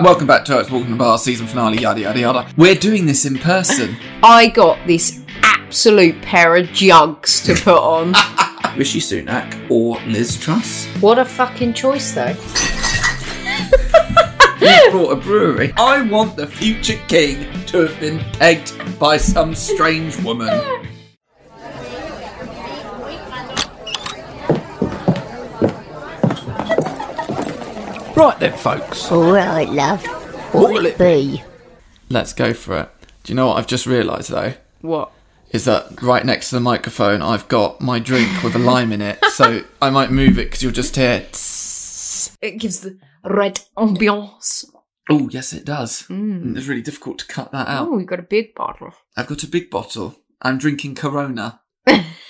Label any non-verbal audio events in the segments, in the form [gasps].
Welcome back to It's Walking the Bar season finale, yada yada yada. We're doing this in person. I got this absolute pair of jugs to put [laughs] on. Ah, Rishi Sunak or Liz Truss. what a fucking choice, though. You brought a brewery. I want the future king to have been pegged by some strange woman. Right then, folks. All right, love. What'll it be? Let's go for it. Do you know what I've just realised though? What? Is that right next to the microphone? I've got my drink with a lime in [laughs] it, so I might move it because you'll just hear. It gives the right ambiance. Oh yes, it does. Mm. It's really difficult to cut that out. Oh, we got a big bottle. I've got a big bottle. I'm drinking Corona.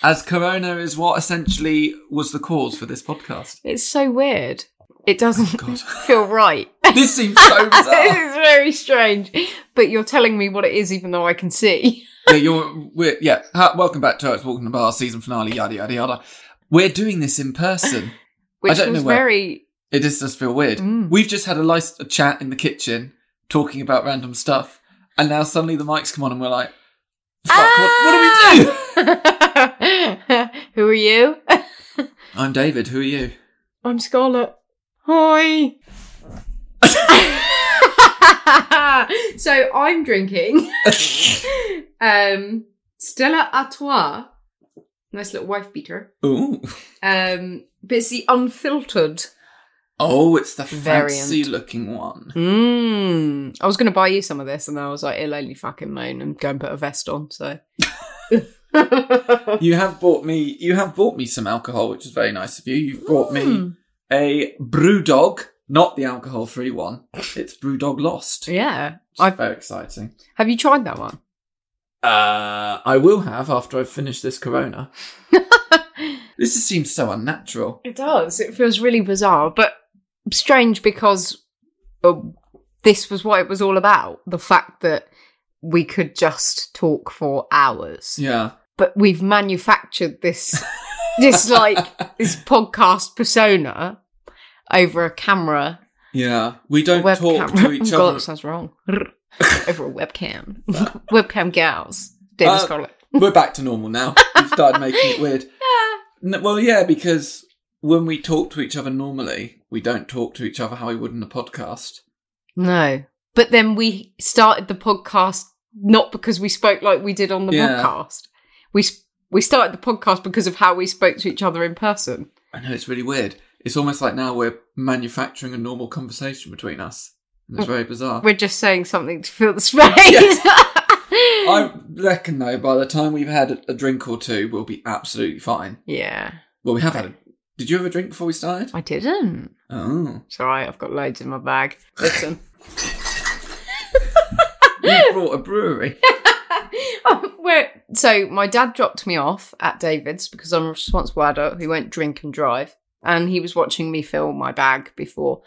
As Corona is what essentially was the cause for this podcast. It's so weird. It doesn't God. [laughs] feel right. [laughs] This seems so bizarre. it's very strange. But you're telling me what it is, even though I can see. yeah, you're, we're, yeah. Ha- welcome back to It's Walking the Bar season finale, yada, yada, yada. We're doing this in person. Which don't was know where- very. It just does feel weird. Mm. We've just had a nice chat in the kitchen talking about random stuff. And now suddenly the mics come on and we're like, fuck, Ah! what, what do we do? [laughs] Who are you? I'm David. Who are you? [laughs] I'm Scarlett. Hi. [laughs] so I'm drinking um, Stella Artois. Nice little wife beater. Ooh. Um, but it's the unfiltered. Oh, it's the Variant. fancy looking one. Mmm. I was going to buy you some of this, and then I was like, it'll only fucking moan and go and put a vest on. So. You have bought me. You have bought me some alcohol, which is very nice of you. You've brought Hmm. Mm. me a brew dog, not the alcohol-free one. It's brew dog lost. Yeah. It's I've, very exciting. have you tried that one? Uh, I will have after I've finished this Corona. this just seems so unnatural. It does. It feels really bizarre, but strange because uh, this was what it was all about. The fact that we could just talk for hours. Yeah, But we've manufactured [laughs] this, this like, this podcast persona over a camera. yeah. We a don't webcam. talk [laughs] to each God, other. that [laughs] sounds wrong. over a webcam. webcam gals. David Uh, Scarlett. We're back to normal now. We've started making it weird. N- well, yeah, because when we talk to each other normally, we don't talk to each other how we would in a podcast. No. But then we started the podcast not because we spoke like we did on the Yeah. podcast. We s- we started the podcast because of how we spoke to each other in person. I know it's really weird. It's almost like now we're manufacturing a normal conversation between us. And it's very bizarre. We're just saying something [laughs] to fill the space. I reckon though, by the time we've had a drink or two, we'll be absolutely fine. [laughs] yeah. Well, we have had. A... Did you have a drink before we [laughs] started? I didn't. Oh, It's all right. I've got loads in my bag. [laughs] Listen. [laughs] you brought a brewery. Where, so my dad dropped me off at David's because I'm a responsible adult who won't drink and drive, and he was watching me fill my bag before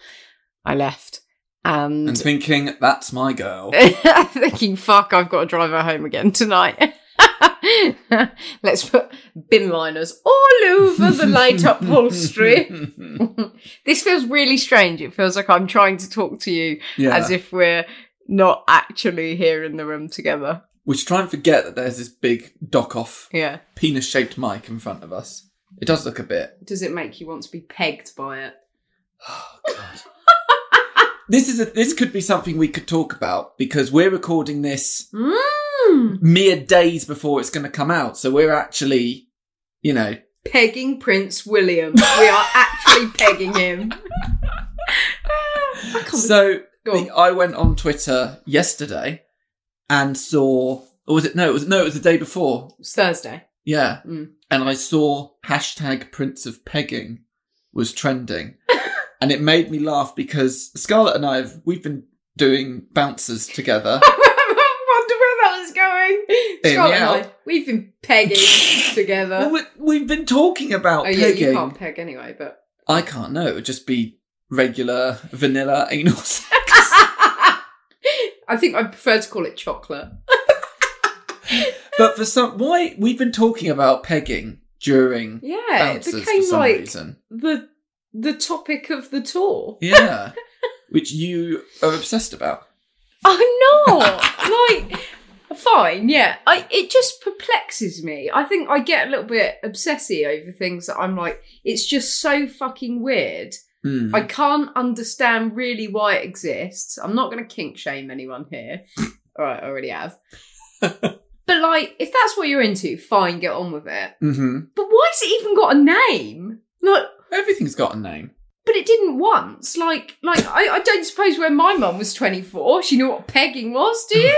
I left. [laughs] and thinking that's my girl. thinking, fuck, I've got to drive her home again tonight. [laughs] Let's put bin liners all over the light upholstery. this feels really strange. It feels like I'm trying to talk to you [laughs] yeah. as if we're not actually here in the room together. We should try and forget that there's this big dock off Yeah. penis shaped mic in front of us. It does look a bit. Does it make you want to be pegged by it? This is a, this could be something we could talk about because we're recording this Mm. mere days before it's going to come out. So we're actually, you know, Pegging Prince William. we are actually [laughs] pegging him. so Go on. the- I went on Twitter yesterday and saw, or was it no, it was no, it was the day before. It's Thursday. Yeah, Mm. and I saw hashtag Prince of Pegging was [laughs] trending, and it made me laugh because Scarlett and I have we've been doing bouncers [laughs] together. I wonder where that was going. In, Scott and yeah. I, we've been [laughs] pegging together. Well, we, we've been talking about oh yeah, pegging. you can't peg anyway, but [laughs] I can't know. It would just be regular vanilla anal [laughs] sex. I think I prefer to call it chocolate. But for some, why we've been talking about pegging during Yeah, bouncers it for became some like reason. [laughs] [laughs] the the topic of the tour. Yeah. which you are obsessed about. I'm not. [laughs] like, fine, yeah. I, it just perplexes me. I think I get a little bit obsessive over things that I'm like, it's just so fucking weird. Mm. I can't understand really why it exists. I'm not going to kink shame anyone [laughs] here. All right, I already have. but like, if that's what you're into, fine, get on with it. hmm But why's it even got a name? Like, Everything's got a name. but it didn't once. Like, like I, I don't suppose when my mum was 24, she knew what pegging was, [laughs] do you?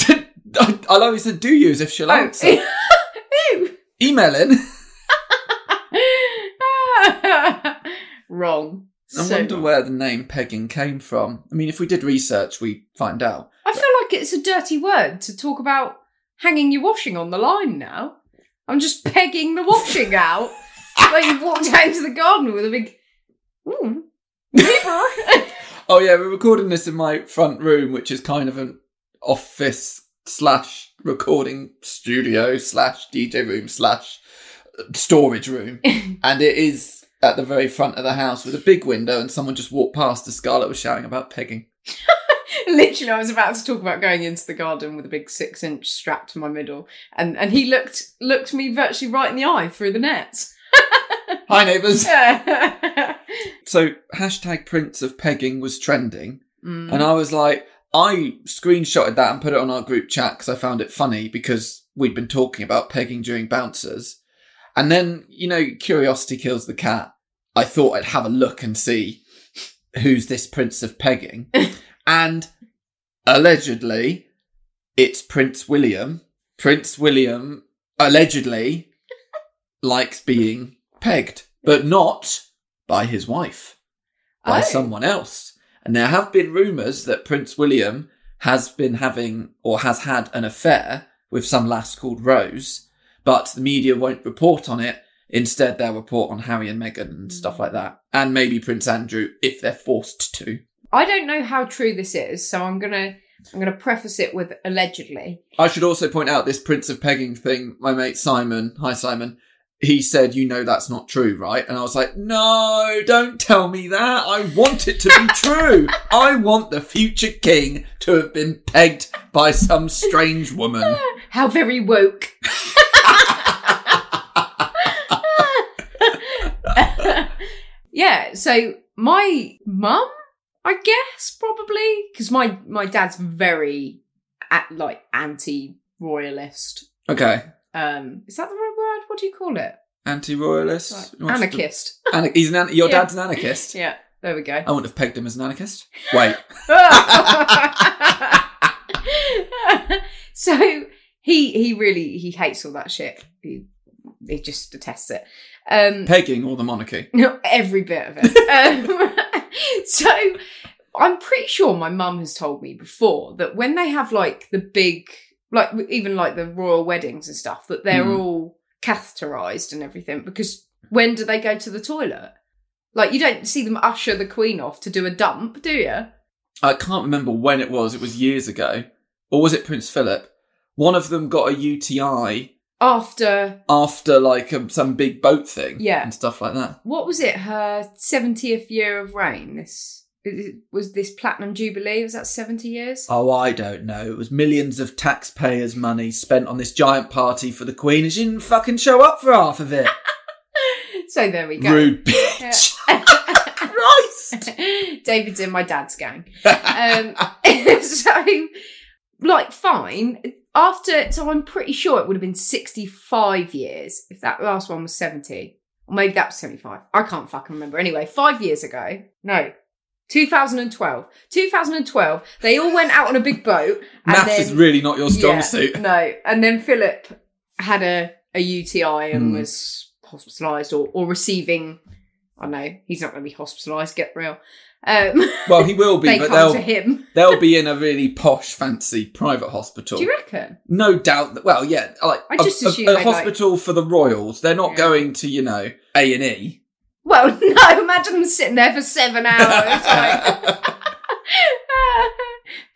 I, [laughs] I love you said, do you, as if she'll answer. [laughs] Oh. Email [laughs] in. Ah. [laughs] Wrong. I So wonder wrong. where the name pegging came from. I mean, if we did research, we'd find out. I feel like it's a dirty word to talk about hanging your washing on the line now. I'm just [laughs] pegging the washing out. like you've walked out into the garden with a big. Ooh. Oh, yeah, we're recording this in my front room, which is kind of an office slash recording studio slash DJ room slash storage [laughs] room. and it is at the very front of the house with a big window, and someone just walked past as Scarlett was shouting about pegging. Literally, I was about to talk about going into the garden with a big six inch strap to my middle, and, and he looked looked me virtually right in the eye through the nets. Hi, neighbours. [laughs] Mm. So, hashtag Prince of Pegging was trending. Mm-hmm. And I was like, I screenshotted that and put it on our group chat because I found it funny because we'd been talking about pegging during bouncers. And then, you know, curiosity kills the cat. I thought I'd have a look and see who's this prince of pegging. and allegedly, it's Prince William. Prince William allegedly likes being pegged, but not by his wife by Oh. someone else. And there have been rumours that Prince William has been having or has had an affair with some lass called Rose, but the media won't report on it. Instead, they'll report on Harry and Meghan and stuff like that, and maybe Prince Andrew if they're forced to. I don't know how true this is, so I'm gonna I'm gonna preface it with allegedly. I should also point out this Prince of Pegging thing. My mate Simon, hi Simon, he said, "You know that's not true, right?" And I was like, "No, don't tell me that. I want it to [laughs] be true. I want the future king to have been pegged by some strange woman." How very woke. [laughs] yeah, so my mum, I guess probably because my my dad's very at, like anti royalist. Okay, Um, is that the right word? What do you call it? anti-royalist, Like, anarchist. Ana- he's an an- your Yeah. dad's an anarchist. yeah, there we [laughs] go. [laughs] I wouldn't have pegged him as an anarchist. Wait, so he he really he hates all that shit. He he just detests it. Um pegging or the monarchy? no, [laughs] every bit of it. um, [laughs] so I'm pretty sure my mum has told me before that when they have like the big, like even like the royal weddings and stuff, that they're Mm. all catheterized and everything because when do they go to the toilet? Like you don't see them usher the queen off to do a dump, do you? I can't remember when it was. It was years ago, or was it Prince Philip? One of them got a UTI After after like um, some big boat thing Yeah. and stuff like that. what was it? Her seventieth year of reign. This was this platinum jubilee. Was that seventy years? Oh, I don't know. It was millions of taxpayers' money spent on this giant party for the Queen, and she didn't fucking show up for half of it. So there we go. Rude [laughs] bitch. Christ. David's in my [laughs] dad's gang. Um, [laughs] so, like, fine. After, so I'm pretty sure it would have been 65 years if that last one was 70. Or maybe that was 75. I can't fucking remember. Anyway, five years ago. No. 2012. 2012, they all went out on a big boat. And Maths then, is really not your strong Yeah, suit. No. And then Philip had a, a UTI and Hmm. was hospitalised or, or receiving. I don't know. He's not going to be hospitalised, get real. Um, Well, he will be, they but come to they'll him. they'll be in a really posh, fancy private hospital. Do you reckon? no doubt that. Well, yeah, like I a- just a, assume a they'd, like- hospital for the royals. They're not Yeah. going to, you know, A and E. Well, [laughs] no. Imagine them sitting there for seven hours. like, [laughs] [laughs] "Ah,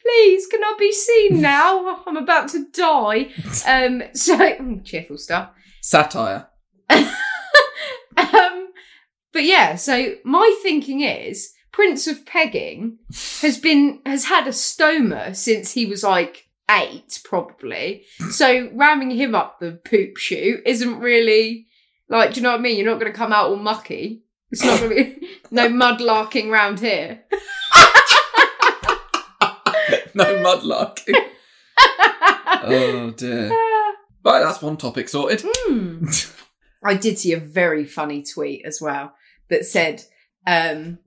please, can I be seen now? I'm about to die. Um, so [laughs] mm, cheerful stuff. Satire. [laughs] [laughs] Um, but yeah, so my thinking is Prince of Pegging has been has had a stoma since he was like eight, probably. So ramming him up the poop chute isn't really like, do you know what I mean? You're not going to come out all mucky. It's not going to be [laughs] no mudlarking round here. [laughs] no [laughs] mudlarking. oh dear. Right, that's one topic sorted. Hmm. I did see a very funny tweet as well that said, um,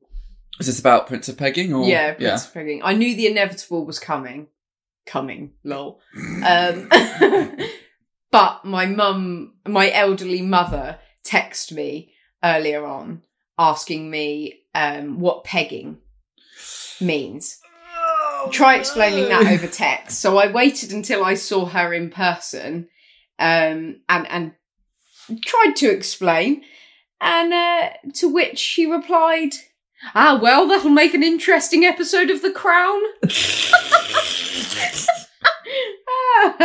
Is this about Prince of Pegging or yeah, Prince of Pegging. I knew the inevitable was coming. Coming, lol. Um, [laughs] but my mum, my elderly mother, texted me earlier on asking me um, what pegging means. Try explaining that over text. So I waited until I saw her in person um, and, and tried to explain. And uh, to which she replied, Ah, well, that'll make an interesting episode of The Crown.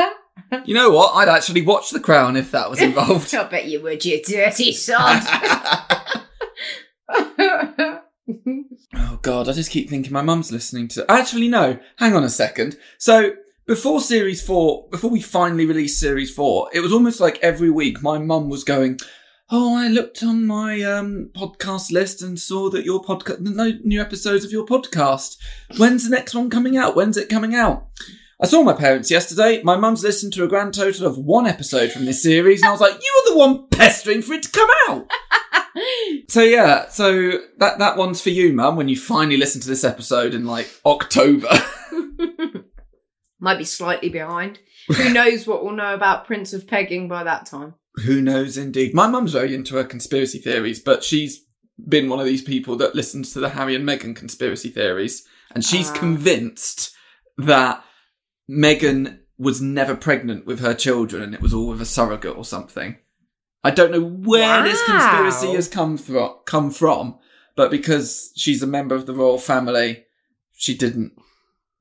[laughs] [laughs] You know what? I'd actually watch The Crown if that was [laughs] involved. [laughs] I bet you would, you dirty sod. [laughs] Oh god, I just keep thinking my mum's listening to. Actually, no. Hang on a second. So before series four, before we finally released series four, it was almost like every week my mum was going, "Oh, I looked on my um, podcast list and saw that your podcast, no new episodes of your podcast. When's the next one coming out? When's it coming out?" I saw my parents yesterday. My mum's listened to a grand total of one episode from this series, and I was like, "You were the one pestering for it to come out." So yeah, so that that one's for you, Mum. When you finally listen to this episode in like October, [laughs] Might be slightly behind. [laughs] Who knows what we'll know about Prince of Pegging by that time? who knows? Indeed, my mum's very into her conspiracy theories, but she's been one of these people that listens to the Harry and Meghan conspiracy theories, and she's Ah. convinced that Meghan was never pregnant with her children, and it was all with a surrogate or something. I don't know where this conspiracy Wow. has come from, come from, but because she's a member of the royal family, she didn't.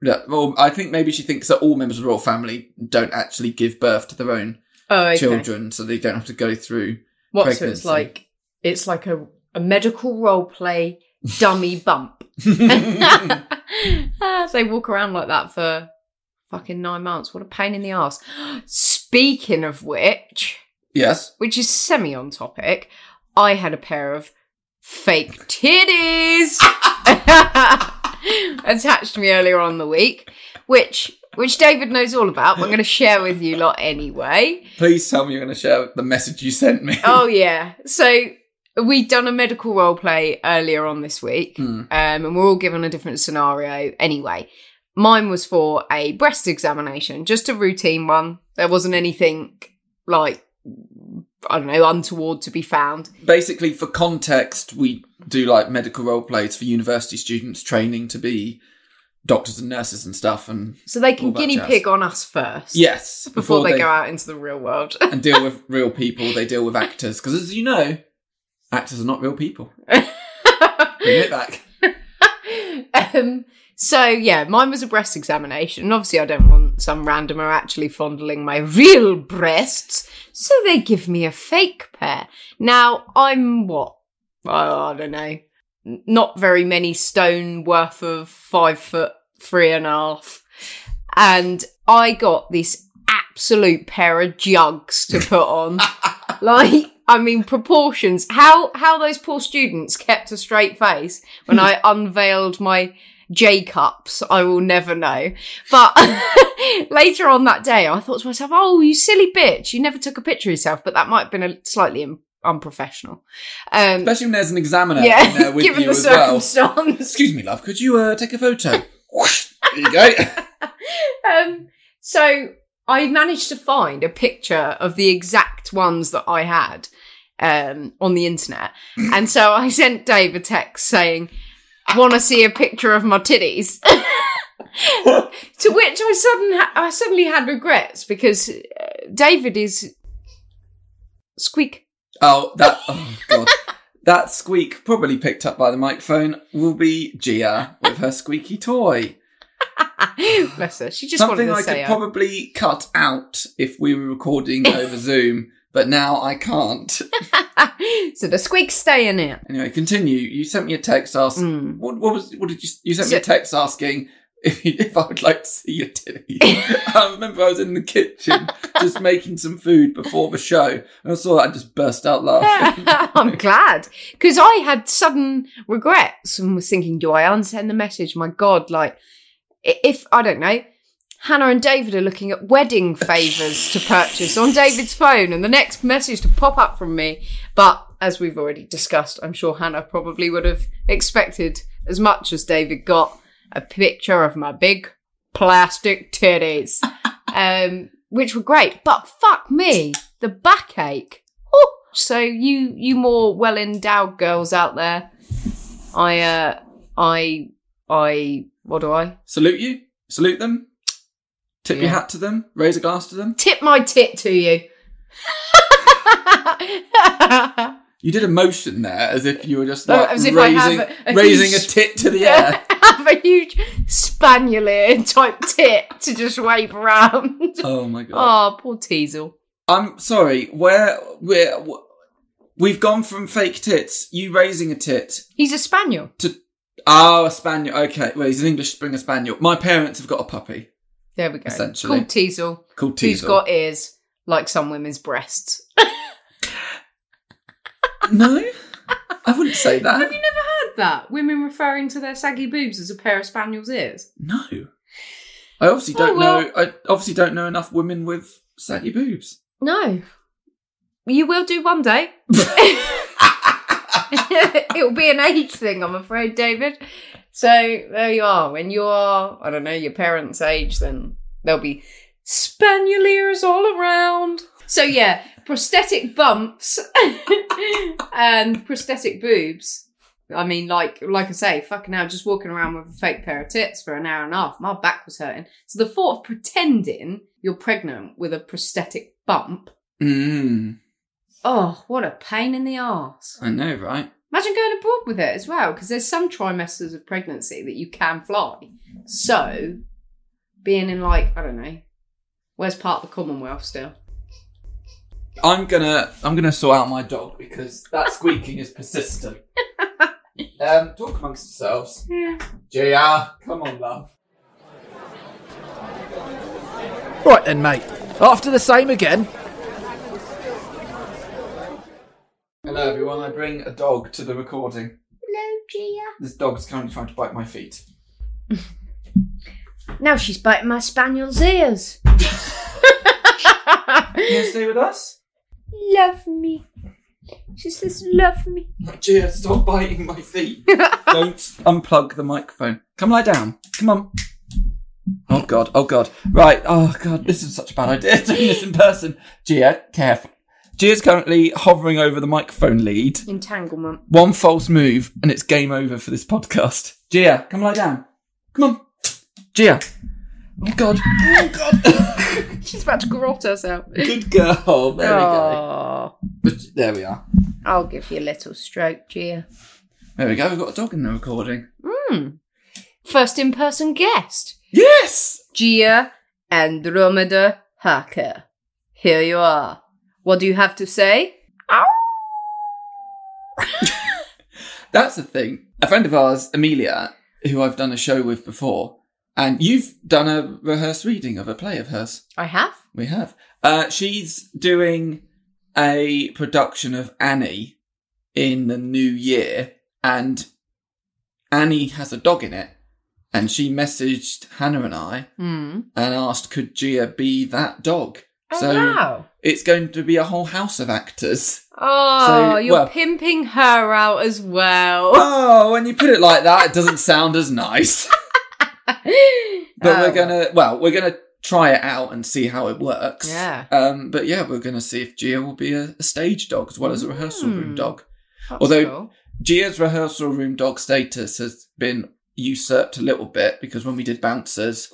Yeah, Well, I think maybe she thinks that all members of the royal family don't actually give birth to their own Oh, okay. children, so they don't have to go [laughs] through. [laughs] What? So it's pregnancy. like it's like a, a medical role play dummy bump. [laughs] Ah, they walk around like that for fucking nine months. What a pain in the ass. Speaking of which, yes. which is semi on topic, I had a pair of fake titties [laughs] attached to me earlier on in the week, which which David knows all about. But I'm going to share with you lot anyway. Please tell me you're going to share the message you sent me. Oh yeah, so we'd done a medical role play earlier on this week, [laughs] Hmm. um, and we're all given a different scenario anyway. Mine was for a breast examination, just a routine one. There wasn't anything like I don't know untoward to be found. Basically, for context, we do like medical role plays for university students training to be doctors and nurses and stuff, and So they can All that guinea jazz. pig on us first. yes, [laughs] Before, they, go out into the real world. [laughs] and deal with real people, they deal with actors because, as you know, actors are not real people. Bring it [laughs] back. um, so yeah, mine was a breast examination. And obviously I don't want some randomer actually fondling my real breasts. So they give me a fake pair. Now I'm what? Oh, I I don't know. N- Not very many stone worth of five foot three and a half. And I got this absolute pair of jugs to put on. like I mean proportions. How how those poor students kept a straight face when I unveiled my J cups, I will never know. But [laughs] later on that day, I thought to myself, "Oh, you silly bitch! You never took a picture of yourself." But that might have been a slightly un- unprofessional. Um, Especially when there's an examiner in yeah, there with [laughs] given you the as well. circumstance. Excuse me, love. Could you uh, take a photo? Whoosh, there you go. [laughs] um, so I managed to find a picture of the exact ones that I had um, on [laughs] the internet, and so I sent Dave a text saying, "Want to see a picture of my titties?" [laughs] to which I sudden ha- I suddenly had regrets because uh, David is squeak. [gasps] Oh, that oh god, that squeak probably picked up by the microphone will be Gia with her squeaky toy. Bless her. She just Something wanted to I say could her. [laughs] probably cut out if we were recording over Zoom but now I can't. [laughs] so the squeaks stay in it. Anyway, continue. You sent me a text asking. Mm. What, what was? What did you? You sent me So- a text asking if, if I would like to see your [laughs] titty. I remember I was in the kitchen just making some food before the show, and I saw that and just burst out laughing. [laughs] I'm glad because I had sudden regrets and was thinking, do I unsend the message? My God, like i- if I don't know, Hannah and David are looking at wedding favors to purchase on David's phone, and the next message to pop up from me. But as we've already discussed, I'm sure Hannah probably would have expected as much as David got a picture of my big plastic titties, um, which were great. But fuck me, the backache. Oh, so you you more well endowed girls out there, I uh I I what do I Salute you. Salute them. Tip Yeah. your hat to them. Raise a glass to them. tip my tit to you? [laughs] You did a motion there as if you were just like Oh, As if I raising, have a- a raising huge- a tit to [laughs] the air. Have a huge spaniel type tit to just wave around. oh my god. Oh, poor Teasel. I'm sorry. Where where wh- we've gone from fake tits, you raising a tit. He's a spaniel. Oh, a spaniel. Okay, well, he's an English Springer Spaniel. My parents have got a puppy There we go. Essentially. Called Teasel. called Who's Teasel. got ears like some women's breasts. [laughs] no, I wouldn't say that. Have you never heard that? Women referring to their saggy boobs as a pair of spaniel's ears. No, I obviously Oh, don't well. know. I obviously don't know enough women with saggy boobs. [laughs] No. You will do one day. It'll be an age thing, I'm afraid, David. So there you are. When you're, I don't know, your parents' age, then there'll be spanieleers all around. So yeah, prosthetic bumps [laughs] and prosthetic boobs. I mean, like, like I say, fucking hell, just walking around with a fake pair of tits for an hour and a half. My back was hurting. So the thought of pretending you're pregnant with a prosthetic bump. Mm, Oh, what a pain in the arse. I know, right? Imagine going abroad with it as well, because there's some trimesters of pregnancy that you can fly. So, being in like, I don't know, where's part of the Commonwealth still? I'm gonna I'm gonna sort out my dog because that squeaking is persistent. um, talk amongst yourselves. Yeah. Jr, come on, love. Right then, mate. After the same again. Hello everyone, I bring a dog to the recording. Hello, Gia. This dog's currently trying to bite my feet. Now she's biting my spaniel's ears. You gonna stay with us? Love me. She says, love me. Gia, stop biting my feet. Don't unplug the microphone. Come lie down. Come on. Oh god, oh god. Right, oh god, this is such a bad idea [laughs] doing this in person. Gia, careful. Gia's currently hovering over the microphone lead. Entanglement. One false move and it's game over for this podcast. Gia, come lie down. Come on. Gia. Oh god. Oh god. She's about to garrote herself. Good girl. There we go. Aw, But there we are. I'll give you a little stroke, Gia. There we go. We've got a dog in the recording. First in person guest, Yes. Gia Andromeda Harker. Here you are. What do you have to say? That's the thing. A friend of ours, Amelia, who I've done a show with before, and you've done a rehearsed reading of a play of hers. I have. We have. Uh, she's doing a production of Annie in the new year, and Annie has a dog in it. And she messaged Hannah and I Hmm. and asked, could Gia be that dog? Oh, wow. it's going to be a whole house of actors. Oh, so, you're well- pimping her out as well. Oh, when you put it like that, it doesn't sound as nice. [laughs] But [laughs] Oh, we're gonna, well, we're gonna try it out and see how it works. Yeah. Um, but yeah, we're gonna see if Gia will be a, a stage dog as well as a rehearsal room Mm. dog. that's although- cool. Gia's rehearsal room dog status has been usurped a little bit because when we did Bouncers,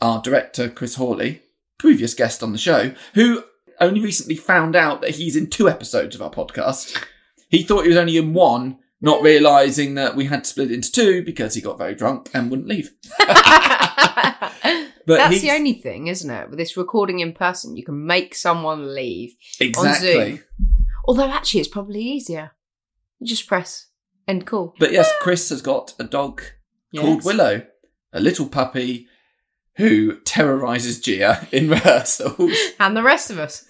our director Chris Hawley, previous guest on the show, who only recently found out that he's in two episodes of our podcast, he thought he was only in one, not realizing that we had split into two because he got very drunk and wouldn't leave. [laughs] But That's he's- the only thing, isn't it? With this recording in person, you can make someone leave. exactly. on Zoom. Although actually, it's probably easier. You just press end call. But yes, Chris has got a dog called Ah. Yes. Willow, a little puppy who terrorizes Gia in [laughs] rehearsals. [laughs] and the rest of us.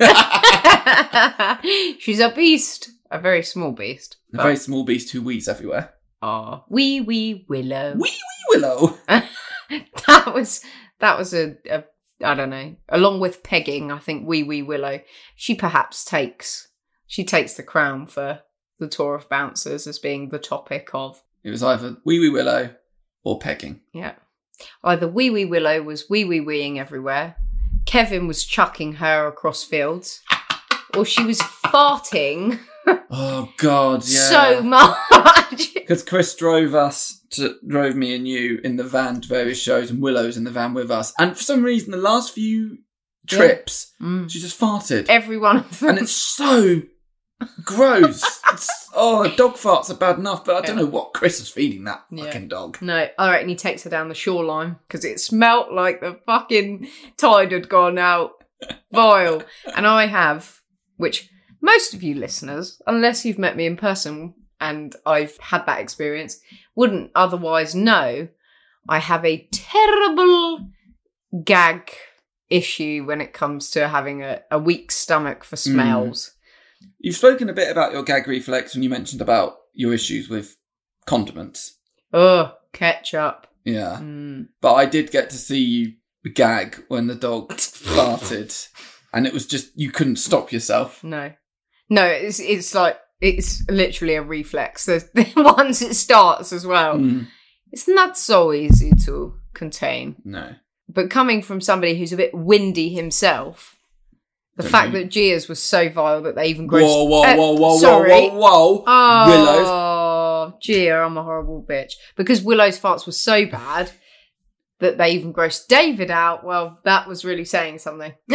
[laughs] She's a beast, a very small beast. a very small beast who wheezes everywhere. Ah, wee wee willow. Wee wee Willow. [laughs] that was that was a, a I don't know. Along with pegging, I think Wee Wee Willow, she perhaps takes she takes the crown for the tour of bouncers as being the topic of It was either wee wee Willow or pegging. yeah. Either Wee Wee Willow was wee wee weeing everywhere, Kevin was chucking her across fields, or she was farting Oh God, yeah. so [laughs] much. because Chris drove us to drove me and you in the van to various shows, and Willow's in the van with us. And for some reason, the last few trips, Mm. she just farted, Every one of them. and it's so gross. It's- oh, dog farts are bad enough, but I don't know what Chris is feeding that Yeah. fucking dog. No, I reckon he takes her down the shoreline because it smelt like the fucking tide had gone out. Vile. And I have, which most of you listeners, unless you've met me in person and I've had that experience, wouldn't otherwise know, I have a terrible gag issue when it comes to having a, a weak stomach for smells. You've spoken a bit about your gag reflex when you mentioned about your issues with condiments. Ugh, ketchup. Yeah, Mm. but I did get to see you gag when the dog [laughs] farted, and it was just you couldn't stop yourself. No, no, it's it's like it's literally a reflex. There's, [laughs] once it starts as well, Mm. it's not so easy to contain. No. But coming from somebody who's a bit windy himself, the Don't fact you- that Gia's was so vile that they even grossed. Whoa, whoa, uh, whoa, whoa, sorry. whoa, whoa, whoa. Willows. Oh, Willows. Gia, I'm a horrible bitch because Willow's farts were so bad. That they even grossed David out. Well, that was really saying something. [laughs]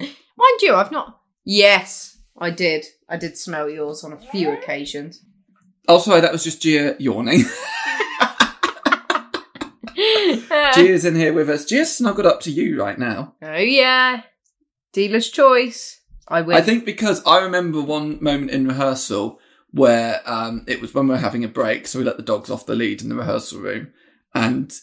Mind you, I've not. Yes, I did. I did smell yours on a few [laughs] occasions. Oh, sorry, that was just Gia [laughs] yawning. Gia's in here with us. Gia's snuggled up to you right now. oh yeah, dealer's choice. I win. I think because I remember one moment in rehearsal where um, it was when we were having a break, so we let the dogs off the lead in the rehearsal room, and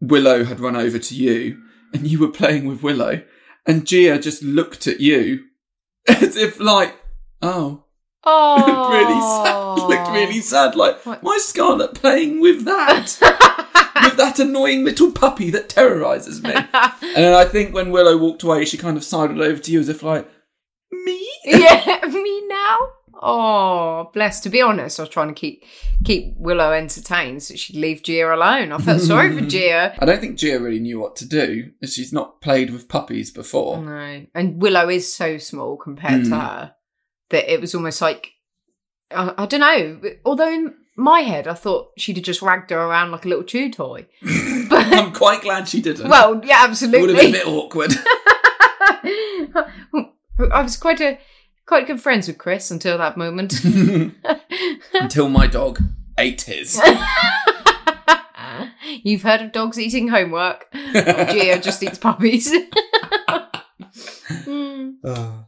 Willow had run over to you, and you were playing with Willow, and Gia just looked at you [laughs] as if like, oh, [laughs] oh, really sad, looked [laughs] [laughs] really sad, like What? why is Scarlet playing with that? with that annoying little puppy that terrorizes [laughs] me. and then I think when Willow walked away, she kind of sidled over to you as if like, me? yeah, [laughs] me now. Oh, bless. To be honest, I was trying to keep keep Willow entertained so she'd leave Gia alone. I felt sorry for [laughs] Gia. I don't think Gia really knew what to do. as She's not played with puppies before. Oh, No, and Willow is so small compared to Mm. her that it was almost like I, I don't know. Although in my head, I thought she'd have just ragged her around like a little [laughs] chew toy. Mm. but I'm quite glad she didn't. well, yeah, it would have been a absolutely. bit awkward. [laughs] I was quite a quite good friends with Chris until [laughs] that moment. [laughs] Until my dog ate his. [laughs] You've heard of dogs eating homework. Oh, Gio just eats puppies. [laughs] Mm. oh,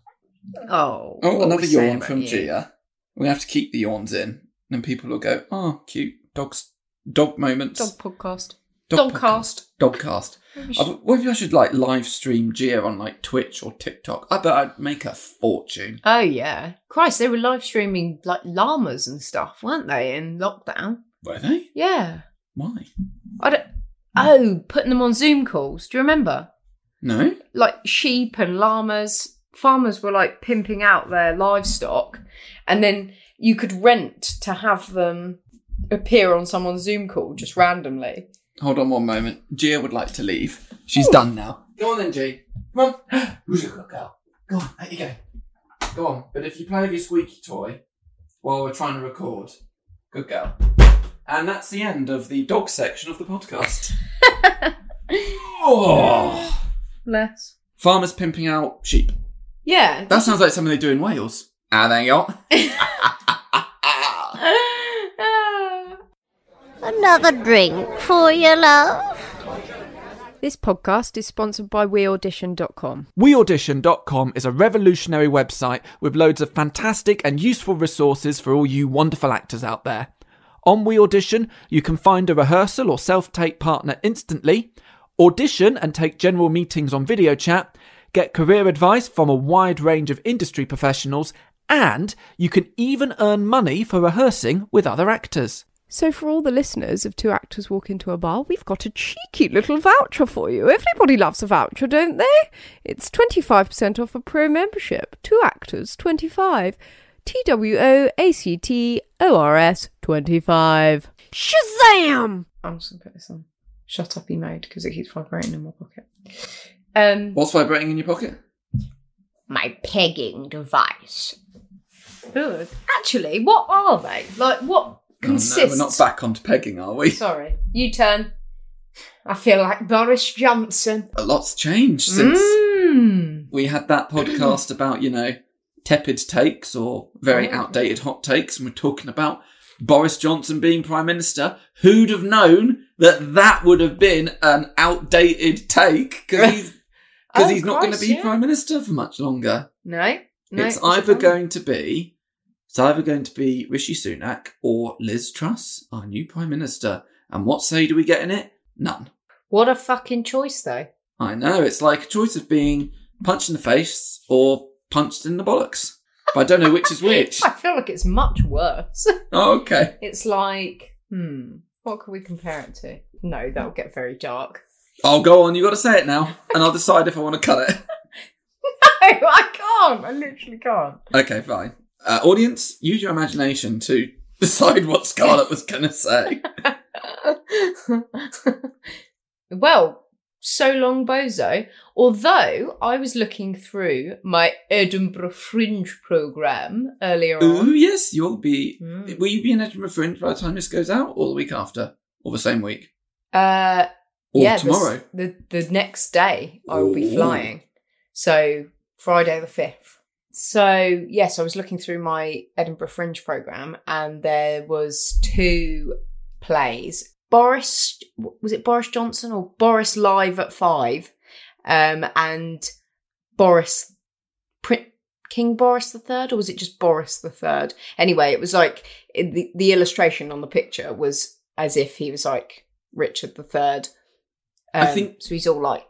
Oh, what were another we saying yawn about from you? Gia. We have to keep the yawns in, and people will go, "Oh, cute dogs, dog moments, Dog podcast. dog dogcast. podcast, dogcast." I- What if I should like live stream Gia on like Twitch or TikTok? I bet I'd make a fortune. Oh yeah, Christ! They were live streaming like llamas and stuff, weren't they? In lockdown. Were they? Yeah. Why? I don't. Hmm. Oh, putting them on Zoom calls. Do you remember? No. like sheep and llamas. Farmers were like pimping out their livestock, and then you could rent to have them appear on someone's Zoom call just randomly. Hold on one moment. Gia would like to leave. She's done now. Go on then, G. Come on. [gasps] Who's your good girl? Go on, there you go. Go on. But if you play with your squeaky toy while we're trying to record, good girl. And that's the end of the dog section of the podcast. oh. Less. Farmers pimping out sheep. Yeah. [laughs] That sounds like something they do in Wales. Ah, there you are. Ah. Another drink for your love. This podcast is sponsored by WeAudition.com. WeAudition.com is a revolutionary website with loads of fantastic and useful resources for all you wonderful actors out there. On WeAudition, you can find a rehearsal or self tape partner instantly, audition and take general meetings on video chat, get career advice from a wide range of industry professionals, and you can even earn money for rehearsing with other actors. So, for all the listeners of Two Actors Walk Into a Bar, we've got a cheeky little voucher for you. Everybody loves a voucher, don't they? It's 25% off a pro membership. Two Actors, 25. T W O A C T O R S, 25. Shazam! I'm just going to put this on shut up mode because it keeps vibrating in my pocket. Um, What's vibrating in your pocket? my pegging device. Good. Actually, what are they? Like, what consists? we're not back onto pegging, are we? [laughs] Sorry, you turn. I feel like Boris Johnson. A lot's changed since Mm. we had that podcast about, you know, tepid takes or very outdated hot takes, and we're talking about Boris Johnson being Prime Minister. Who'd have known that that would have been an outdated take? [laughs] Because he's, 'cause Oh, he's not going to Christ, be yeah. Prime Minister for much longer. No, no. it's either not. going to be. It's either going to be Rishi Sunak or Liz Truss, our new Prime Minister. And what say do we get in it? None. What a fucking choice, though. I know. It's like a choice of being punched in the face or punched in the bollocks. But I don't know [laughs] which is which. I feel like it's much worse. [laughs] Oh, okay. It's like, hmm, what can we compare it to? No, that'll get very dark. [laughs] I'll Oh, go on. You've got to say it now. And I'll decide if I want to cut it. No, I can't. I literally [laughs] can't. Okay, fine. Uh, audience, use your imagination to [laughs] decide what Scarlett was going to say. well, so long, Bozo. Although I was looking through my Edinburgh Fringe programme earlier Ooh, on. yes, you'll be. Mm. Will you be in Edinburgh Fringe by the time this goes out, or the week after, or the same week, Uh, or yeah, this- tomorrow? The, the next day I will be Ooh. flying. So Friday the 5th. So yes, I was looking through my Edinburgh Fringe programme and there was two plays. Boris was it Boris Johnson or Boris Live at 5 um and Boris Pri- King Boris the Third, or was it just Boris the Third? Anyway, it was like it- the the illustration on the picture was as if he was like Richard the Third. I Um, think- so. He's all like,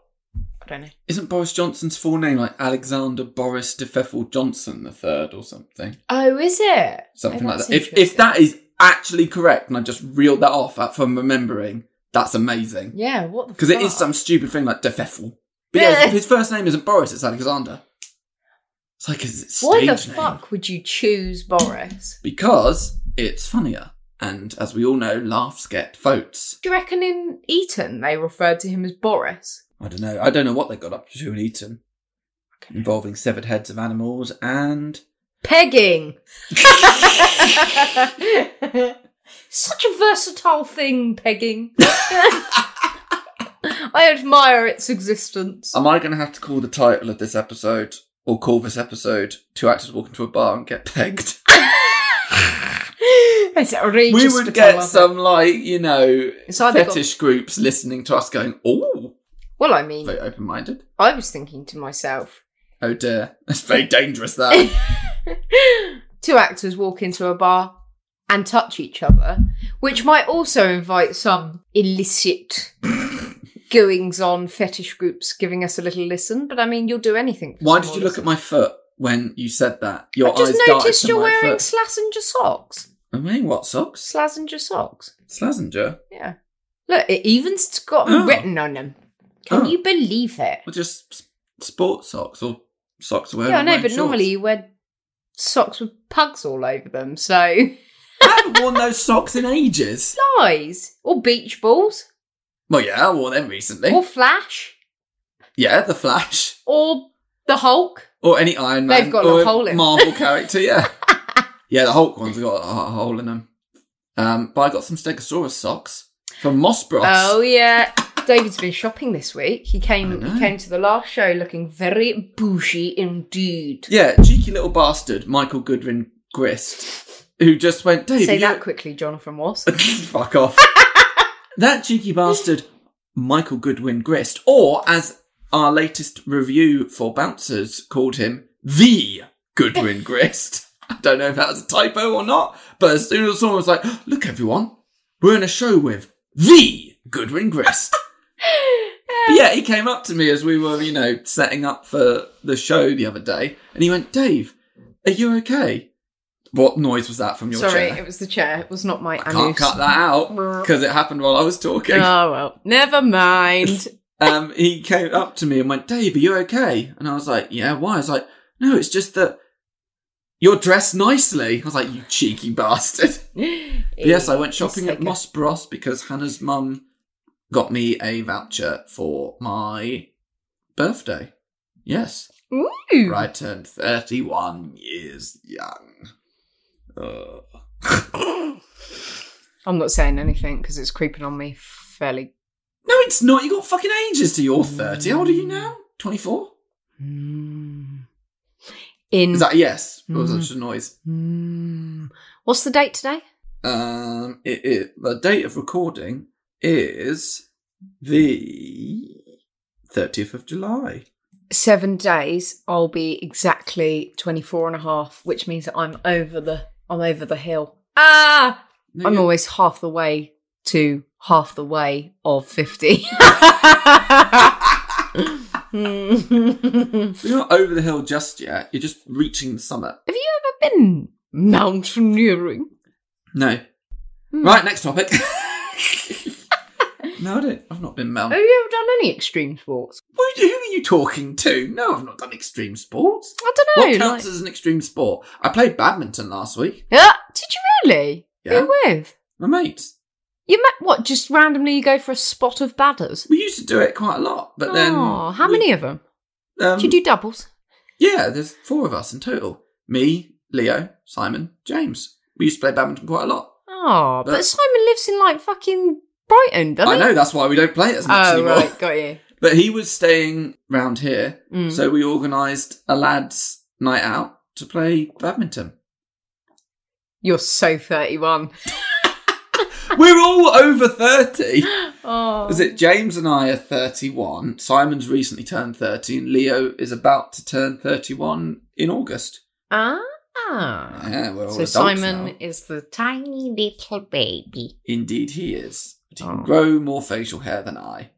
I don't know. Isn't Boris Johnson's full name like Alexander Boris de Pfeffel Johnson the third or something? Oh, is it Something Oh, like that's that. If if interesting. that is actually correct, and I just reeled that off out from remembering, that's amazing. Yeah, what the Because it is fuck? some stupid thing like de Pfeffel. But yeah, Yeah. if his first name isn't Boris, it's Alexander. It's like his stage Why the name. fuck would you choose Boris? Because it's funnier, and as we all know, laughs get votes. Do you reckon in Eton they referred to him as Boris? I don't know. I don't know what they got up to in Eton, involving severed heads of animals and Pegging. [laughs] Such a versatile thing, pegging. [laughs] I admire its existence. Am I going to have to call the title of this episode or call this episode Two Actors Walk Into a Bar and Get [laughs] Pegged? It's outrageous, we but I would get love it. some, like, you know, It's either fetish groups listening to us going, oh, Well, I mean, very open minded. I was thinking to myself, Oh dear, [laughs] that's [laughs] very dangerous, that. two actors walk into a bar and touch each other, which might also invite some [laughs] illicit goings on fetish groups giving us a little listen. But I mean, you'll do anything. For Why some did you more look at my foot when you said that? Your listen. I eyes just noticed darted you're to my wearing foot. Slazenger socks. I'm wearing what socks? Slazenger socks. Slazenger. Yeah. Look, it even's got [gasps] Oh. written on them. Can Oh. you believe it? Or just s- sports socks or socks wearing Yeah, I know, but normally you wear socks with pugs all over them, so [laughs] I haven't worn those socks in ages. lies. Or beach balls. Well, yeah, I wore them recently. Or Flash. Yeah, The Flash. Or the Hulk. Or any Iron Man. They've got a or hole in. Marvel character, [laughs] yeah. yeah, the Hulk one's got a a hole in them. Um, but I got some Stegosaurus socks from Moss Bros. Oh yeah. David's been shopping this week. He I came know. he came to the last show looking very bougie indeed. yeah, cheeky little bastard, Michael Goodwin Grist, who just went, Dave, Say you [laughs] that quickly, Jonathan Wasp. Fuck off. that cheeky bastard Michael Goodwin Grist, or as our latest review for Bouncers called him, the Goodwin Grist. [laughs] I don't know if that was a typo or not, but as soon as someone was like, look everyone, we're in a show with the Goodwin [laughs] Grist. But yeah, he came up to me as we were, you know, setting up for the show the other day, and he went, Dave, are you okay? What noise was that from your Sorry, chair? it was the chair. It was not my Can't anus. cut that out because it happened while I was talking. Oh well, never [laughs] mind. [laughs] um, he came up to me and went, Dave, are you okay? And I was like, yeah, why? I was like, no, it's just that you're dressed nicely. I was like, you cheeky bastard. But yes, I went shopping at taken. Moss Bros because Hannah's mum got me a voucher for my birthday. Yes. Ooh. I turned 31 years young. Ugh. [laughs] I'm not saying anything because it's creeping on me fairly. No, it's not. You got fucking ages to your 30. How old are you now? 24? In Is that a yes? Mm-hmm. What was that just a noise? Mm. what's the date today? Um, it, it, the date of recording is the 30th of July. Seven days. I'll be exactly 24 and a half, which means that I'm over the I'm over the hill. Ah, No, I'm you- always half the way to half the way [laughs] of [laughs] 50. [laughs] Have You're not over the hill just yet. You're just reaching the summit. you ever been mountaineering? No. Hmm. Right, next [laughs] topic. no, I don't. I've not been mountain. Have you ever done any extreme sports? Who, who are you talking to? No, I've not done extreme sports. I don't know. what counts Oh, like- as an extreme sport? I played badminton last week. Ah, did you really? Yeah. Who with? My mates. You met what? Just randomly, you go for a spot of badders. We used to do it quite a lot, but then. oh, how we- many of them? Um, do you do doubles? Yeah, there's four of us in total. Me, Leo, Simon, James. We used to play badminton quite a lot. Oh, but, but- Simon lives in like fucking Brighton, doesn't I know that's why we don't play it as he? much Oh, anymore. right, got you. [laughs] But he was staying round here, Mm. so we organised a lads' night out to play badminton. You're so 31. We're all over [gasps] [gasps] 30. Oh. Is it James and I are 31. Simon's recently turned 30, and Leo is about to turn 31 in August. Ah. Yeah, we're all so adults Simon now. is the tiny little baby. Indeed, he is. But he Oh. can grow more facial hair than [laughs] I.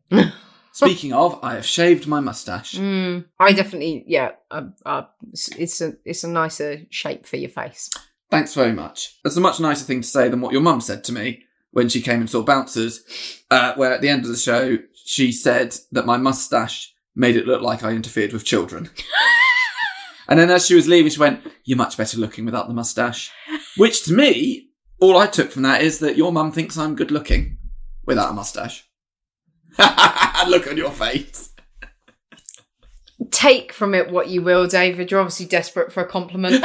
Speaking of, I have shaved my mustache. Mm, I definitely, yeah. Uh, uh, it's- it's a it's a nicer shape for your face. Thanks very much. That's a much nicer thing to say than what your mum said to me when she came and saw Bouncers, uh, where at the end of the show, she said that my mustache made it look like I interfered with [laughs] children. and then as she was leaving, she went, You're much better looking without the mustache. Which to me, all I took from that is that your mum thinks I'm good looking without a mustache. [laughs] look on your face. Take from it what you will, David. You're obviously desperate for a compliment. [laughs]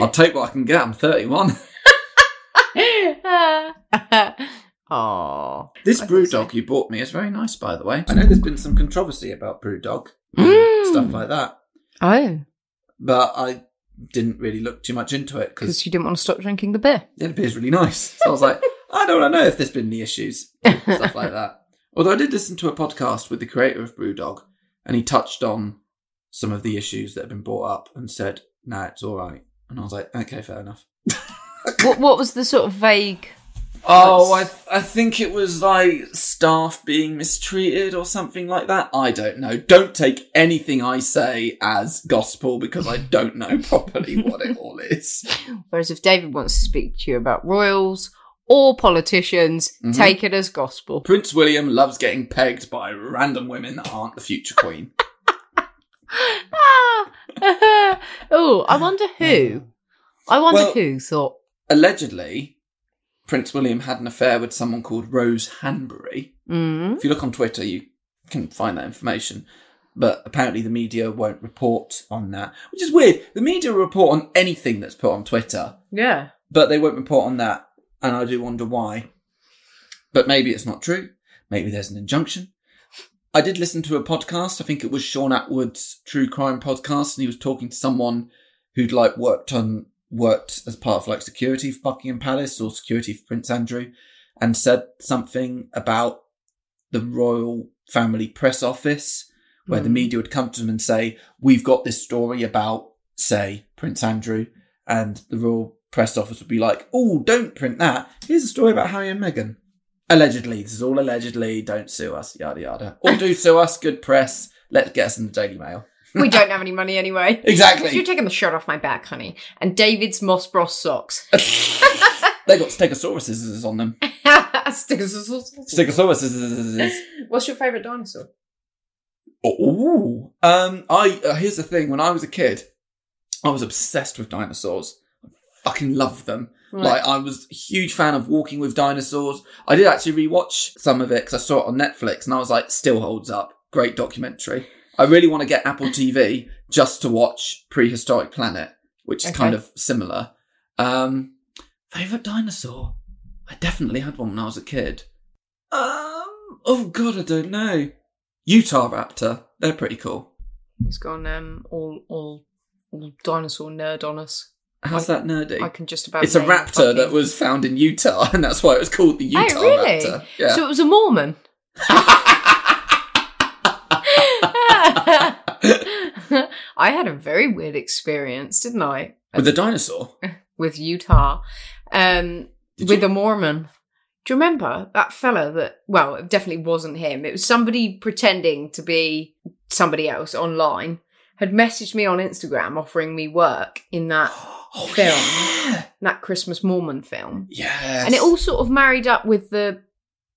I'll take what I can get. I'm 31. Oh. This I thought Brewdog so. you bought me is very nice, by the way. I know there's been some controversy about Brewdog and stuff like that, Oh, but I didn't really look too much into it because because you didn't want to stop drinking the beer. it appears really nice. So I was like, I don't want to know if there's been any issues, stuff like that. Although I did listen to a podcast with the creator of Brewdog, and he touched on some of the issues that have been brought up and said, "No, it's all right." And I was like, "Okay, fair enough." what, what was the sort of vague? Oh, I I think it was like staff being mistreated or something like that. I don't know. Don't take anything I say as gospel because I don't know [laughs] properly what it all is. Whereas if David wants to speak to you about royals or politicians, take it as gospel. Prince William loves getting pegged by random women that aren't the future queen. [laughs] Ah! [laughs] oh, I wonder who. I wonder Well- who thought. Allegedly, Prince William had an affair with someone called Rose Hanbury. Mm. If you look on Twitter, you can find that information. But apparently, the media won't report on that, which is weird. The media will report on anything that's put on Twitter. Yeah. but they won't report on that, and I do wonder why. But maybe it's not true. Maybe there's an injunction. I did listen to a podcast. I think it was Sean Atwood's true crime podcast, and he was talking to someone who'd like worked on worked as part of like security for Buckingham Palace or security for Prince Andrew, and said something about the royal family press office, where the media would come to them and say, "We've got this story about, say, Prince Andrew," and the royal press office would be like, "Oh, don't print that. Here's a story about Harry and Meghan." Allegedly, this is all allegedly. Don't sue us, yada yada. Or do sue us, good press. Let's get us in the Daily Mail. We don't have any money anyway. Exactly. [laughs] You're taking the shirt off my back, honey. And David's Moss Bros socks. [laughs] They got stegosauruses on them. Stegosauruses. What's your favourite dinosaur? Ooh. Um, I uh, here's the thing. When I was a kid, I was obsessed with dinosaurs. I fucking loved them. Right. Like I was a huge fan of Walking with Dinosaurs. I did actually rewatch some of it because I saw it on Netflix, and I was like, still holds up. Great documentary. I really want to get Apple [laughs] TV just to watch Prehistoric Planet, which is Okay. kind of similar. Um, favorite dinosaur? I definitely had one when I was a kid. Um, oh god, I don't know. Utah Raptor. They're pretty cool. He's gone um, all, all, all dinosaur nerd on us. How's that nerdy? I can just about. it's a name raptor fucking- that was found in Utah, [laughs] and that's why it was called the Utah Oh, really? Raptor. Yeah. So it was a Mormon. [laughs] I had a very weird experience, didn't I? [laughs] With a [laughs] dinosaur. with Utah, um, Did with you- a Mormon. Do you remember that fella that, well, it definitely wasn't him. It was somebody pretending to be somebody else online had messaged me on Instagram offering me work in that, Oh, Film. Yeah. that Christmas Mormon film. Yes. And it all sort of married up with the,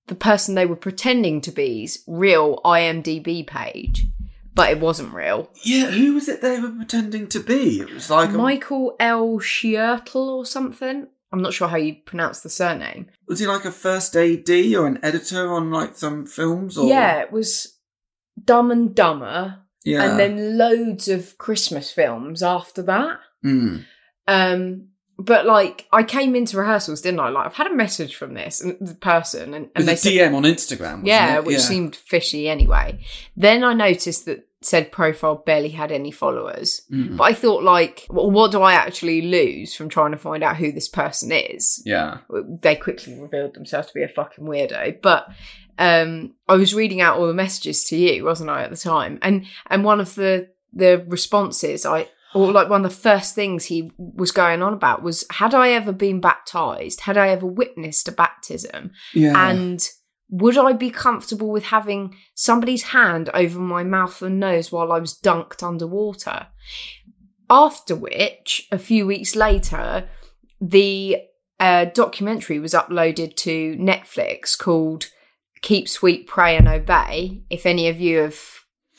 the person they were pretending to be's real IMDb page, but it wasn't real. Yeah, who was it they were pretending to be? It was like. a- Michael L. Shiertle or something. I'm not sure how you pronounce the surname. was he like a first AD or an editor on like some films? Or... Yeah, it was Dumb and Dumber, Yeah. and then loads of Christmas films after that. Mm. Um, but like, I came into rehearsals, didn't I? Like, I've had a message from this and the person, and, and It they was a said, DM on Instagram. Wasn't yeah, it? which seemed fishy anyway. Then I noticed that said profile barely had any followers. Mm. But I thought, like, well, what do I actually lose from trying to find out who this person is? Yeah. they quickly revealed themselves to be a fucking weirdo. But um, I was reading out all the messages to you, wasn't I, at the time? And and one of the the responses I or like one of the first things he was going on about was had I ever been baptized? Had I ever witnessed a baptism? Yeah. And would I be comfortable with having somebody's hand over my mouth and nose while I was dunked underwater? After which, a few weeks later, the uh, documentary was uploaded to Netflix called Keep Sweet, Pray and Obey. If any of you have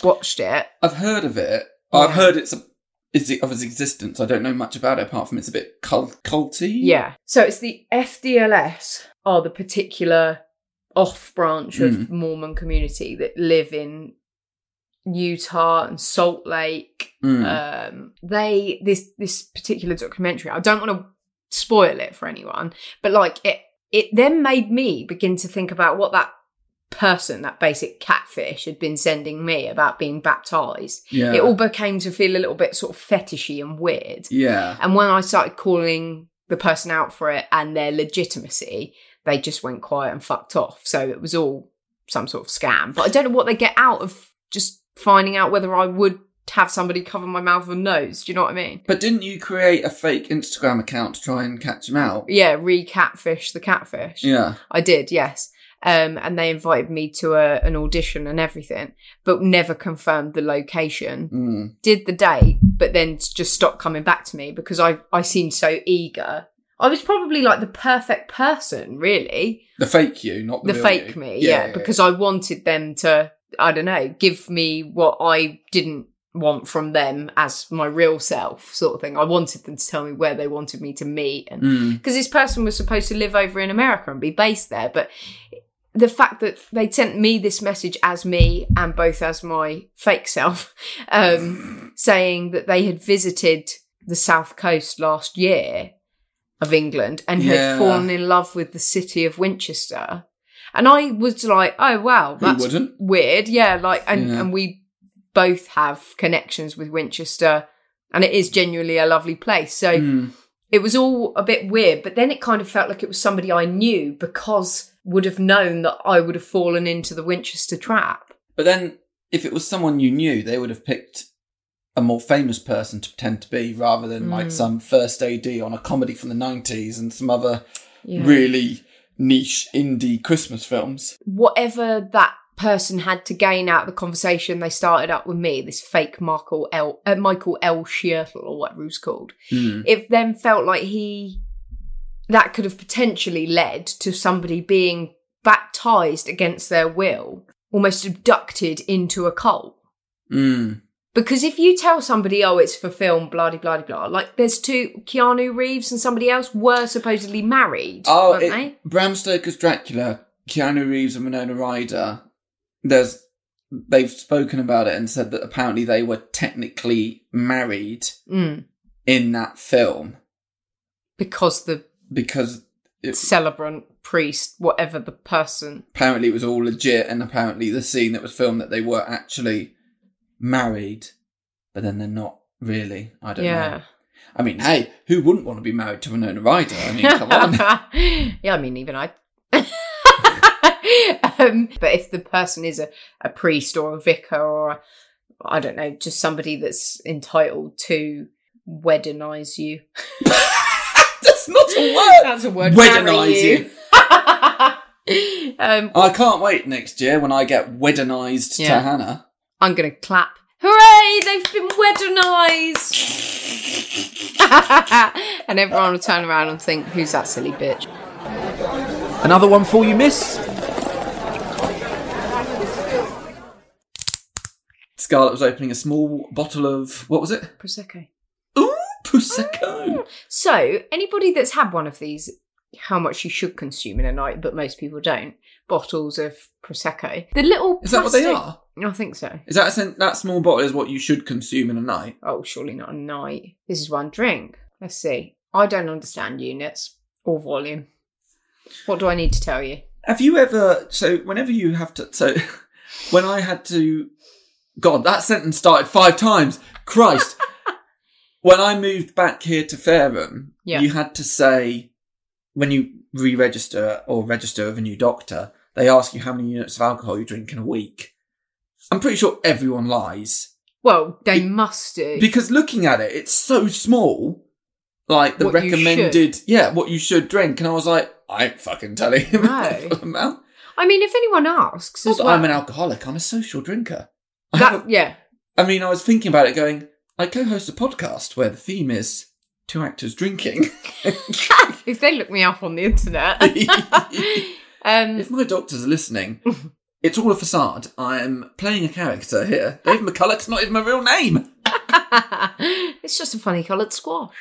watched it, I've heard of it. I've Yeah. heard it's a is it of its existence. I don't know much about it apart from it's a bit cult culty. Yeah. So it's the FDLS are the particular off branch of Mm. Mormon community that live in Utah and Salt Lake. Mm. Um, they this this particular documentary. I don't want to spoil it for anyone, but like it it then made me begin to think about what that person that basic catfish had been sending me about being baptized yeah. it all became to feel a little bit sort of fetishy and weird [laughs] yeah. and when I started calling the person out for it and their legitimacy, they just went quiet and fucked off. So it was all some sort of scam. But I don't know what they get out of just finding out whether I would have somebody cover my mouth and nose. Do you know what I mean? But didn't you create a fake Instagram account to try and catch him out? Yeah, re catfish the catfish. Yeah. I did, yes. Um, and they invited me to a, an audition and everything, but never confirmed the location. Mm. did the date, but then just stopped coming back to me because I I seemed so eager. I was probably like the perfect person, really, The fake you, not the, the real fake you. me, yeah, because I wanted them to, I don't know, give me what I didn't want from them as my real self, sort of thing. I wanted them to tell me where they wanted me to meet, and Mm. because this person was supposed to live over in America and be based there, but the fact that they sent me this message as me and both as my fake self, [laughs] um, saying that they had visited the south coast last year of England and Yeah. had fallen in love with the city of Winchester, and I was like, oh wow, Who that's wouldn't? weird, yeah, like, and Yeah. and we both have connections with Winchester, and it is genuinely a lovely place, so Mm. it was all a bit weird, but then it kind of felt like it was somebody I knew because would have known that I would have fallen into the Winchester trap. But then, if it was someone you knew, they would have picked a more famous person to pretend to be rather than Mm. like some first AD on a comedy from the 90s and some other Yeah. really niche indie Christmas films. Whatever that person had to gain out of the conversation they started up with me, this fake Michael L. Uh, Michael L. Shirtle or whatever he was called, Mm. it then felt like he that could have potentially led to somebody being baptized against their will, almost abducted into a cult. Mm. Because if you tell somebody, oh, it's for film, blah de blah de blah, like there's two Keanu Reeves and somebody else were supposedly married, Oh, weren't it- they? Bram Stoker's Dracula, Keanu Reeves and Winona Ryder. There's they've spoken about it and said that apparently they were technically married Mm, in that film because the because it, celebrant priest, whatever the person, apparently it was all legit and apparently the scene that was filmed that they were actually married, but then they're not really. I don't yeah, know. I mean, hey, who wouldn't want to be married to Winona Ryder? I mean, come [laughs] on. [laughs] yeah, I mean, even I. [laughs] um, but if the person is a, a priest or a vicar or a, I don't know, just somebody that's entitled to weddenize you. That's not a word. That's a word. Weddenize you. you. [laughs] um, I can't wait next year when I get weddinized to Yeah. Hannah. I'm gonna clap. Hooray! They've been weddonized. [laughs] and everyone will turn around and think, "Who's that silly bitch?" Another one for you, miss. Scarlett was opening a small bottle of what was it? Prosecco. Ooh, Mm, prosecco. So, anybody that's had one of these, how much you should consume in a night, but most people don't. Bottles of prosecco. The little. Is that what they plastic- are? I think so. Is that a, sen- that small bottle is what you should consume in a night? Oh, surely not a night. This is one drink. Let's see. I don't understand units or volume. What do I need to tell you? Have you ever? So whenever you have to, so [laughs] when I had to, God, that sentence started five times. [laughs] Christ. when I moved back here to Fareham, Yeah. you had to say when you re-register or register with a new doctor, they ask you how many units of alcohol you drink in a week. I'm pretty sure everyone lies. Well, they Be- must do. because looking at it, it's so small. Like the What you recommended, yeah, what you should drink, and I was like, I ain't fucking telling him [laughs] No. that full amount. I mean, if anyone asks, Not as that well, I'm an alcoholic, I'm a social drinker. [laughs] I, that, have a- yeah, I mean, I was thinking about it, going, I co-host a podcast where the theme is two actors drinking. [laughs] if they look me up on the internet, [laughs] um, [laughs] if my doctors are listening, it's all a facade. I am playing a character here. Dave McCulloch's not even my real name. it's just a funny coloured squash.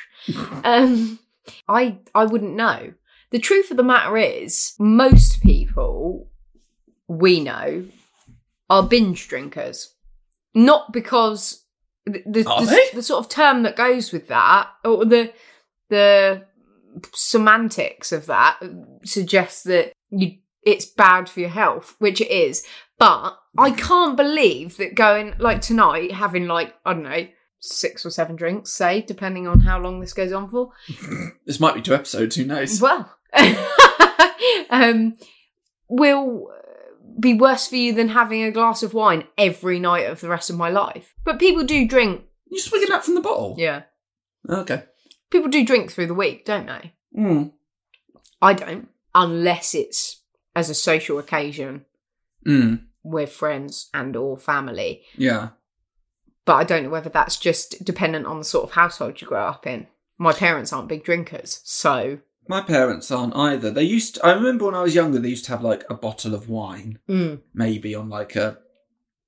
Um, I I wouldn't know. The truth of the matter is, most people we know are binge drinkers, not because the the, Are the- they? the sort of term that goes with that or the the semantics of that suggests that you it's bad for your health, which it is. But I can't believe that going like tonight, having like I don't know six or seven drinks, say depending on how long this goes on for. This might be two episodes. Who knows? Well, [laughs] um, will be worse for you than having a glass of wine every night of the rest of my life. But people do drink. You swig it up from the bottle. Yeah, Okay. people do drink through the week, don't they? Mm. I don't, unless it's as a social occasion Mm. with friends and or family. Yeah. But I don't know whether that's just dependent on the sort of household you grow up in. My parents aren't big drinkers, so My parents aren't either. They used. I remember when I was younger, they used to have like a bottle of wine, mm, maybe on like a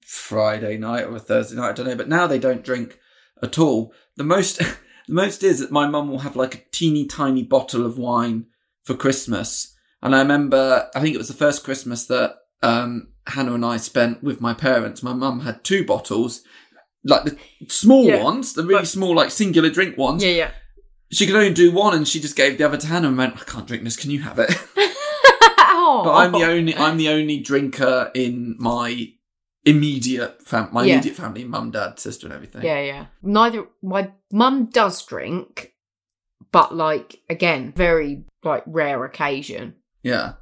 Friday night or a Thursday night. I don't know. But now they don't drink at all. The most, [laughs] the most is that my mum will have like a teeny tiny bottle of wine for Christmas. And I remember, I think it was the first Christmas that um, Hannah and I spent with my parents. My mum had two bottles, like the small Yeah. ones, the really Like- small, like singular drink ones yeah, [laughs] yeah. she could only do one, and she just gave the other to Hannah and went, "I can't drink this. Can you have it?" [laughs] but I'm Oh. the only I'm the only drinker in my immediate fam- my Yeah. immediate family, mum, dad, sister, and everything. Yeah, yeah. Neither my mum does drink, but like again, very like rare occasion. yeah.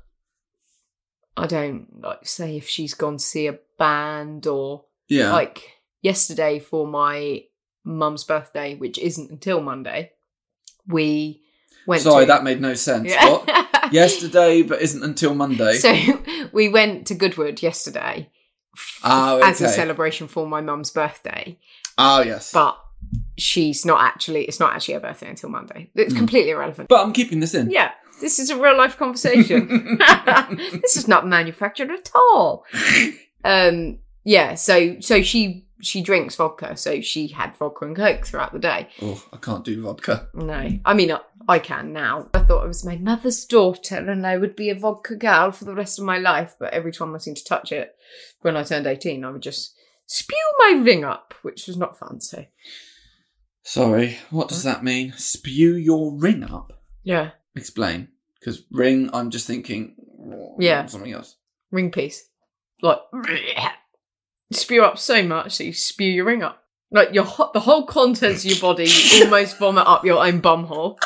I don't like say if she's gone to see a band or Yeah. like yesterday for my mum's birthday, which isn't until Monday. We went. Sorry, to- [laughs] that made no sense. What? Yesterday, but isn't until Monday. So we went to Goodwood yesterday f- Oh, as a okay. celebration for my mum's birthday, oh, yes. But, but she's not actually. It's not actually her birthday until Monday. It's completely irrelevant. I'm keeping this in. Yeah, this is a real life conversation. [laughs] this is not manufactured at all. Um, yeah, so so she she drinks vodka, so she had vodka and coke throughout the day. Oh, I can't do vodka. No, I mean I, I can now. I thought I was my mother's daughter and I would be a vodka girl for the rest of my life, but every time I seemed to touch it, when I turned eighteen, I would just spew my ring up, which was not fun. So Sorry, what does that mean? Spew your ring up? yeah, Explain. Because ring, I'm just thinking. Yeah. Something else. ring piece. [laughs] Like spew up so much that you spew your ring up. Like your ho- the whole contents of your body [laughs] you almost vomit up your own bumhole.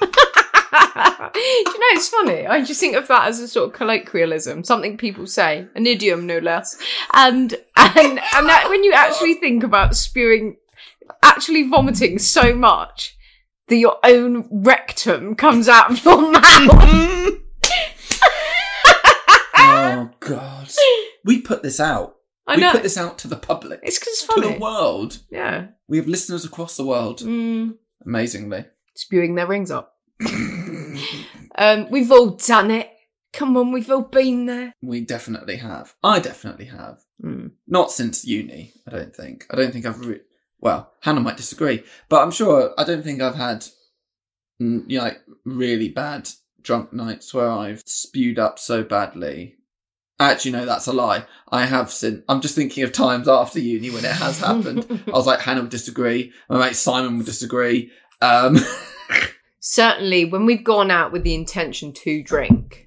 Do you know it's funny? I just think of that as a sort of colloquialism, something people say, an idiom no less. And and and that when you actually think about spewing, actually vomiting so much that your own rectum comes out of [laughs] your [laughs] mouth. Ah! Oh, God. We put this out. I we know put this out to the public. it's because it's to the funny. world. Yeah. We have listeners across the world, Mm. [laughs] amazingly. spewing their rings up. um, we've all done it. Come on, we've all been there. We definitely have. I definitely have. Mm. Not since uni, I don't think. I don't think I've. Re- well, Hannah might disagree, but I'm sure I don't think I've had mm, you know, like really bad drunk nights where I've spewed up so badly. Actually, no, that's a lie. I have since. I'm just thinking of times after uni when it has happened. I was like, Hannah would disagree. My mate Simon would disagree. Um, Certainly, when we've gone out with the intention to drink,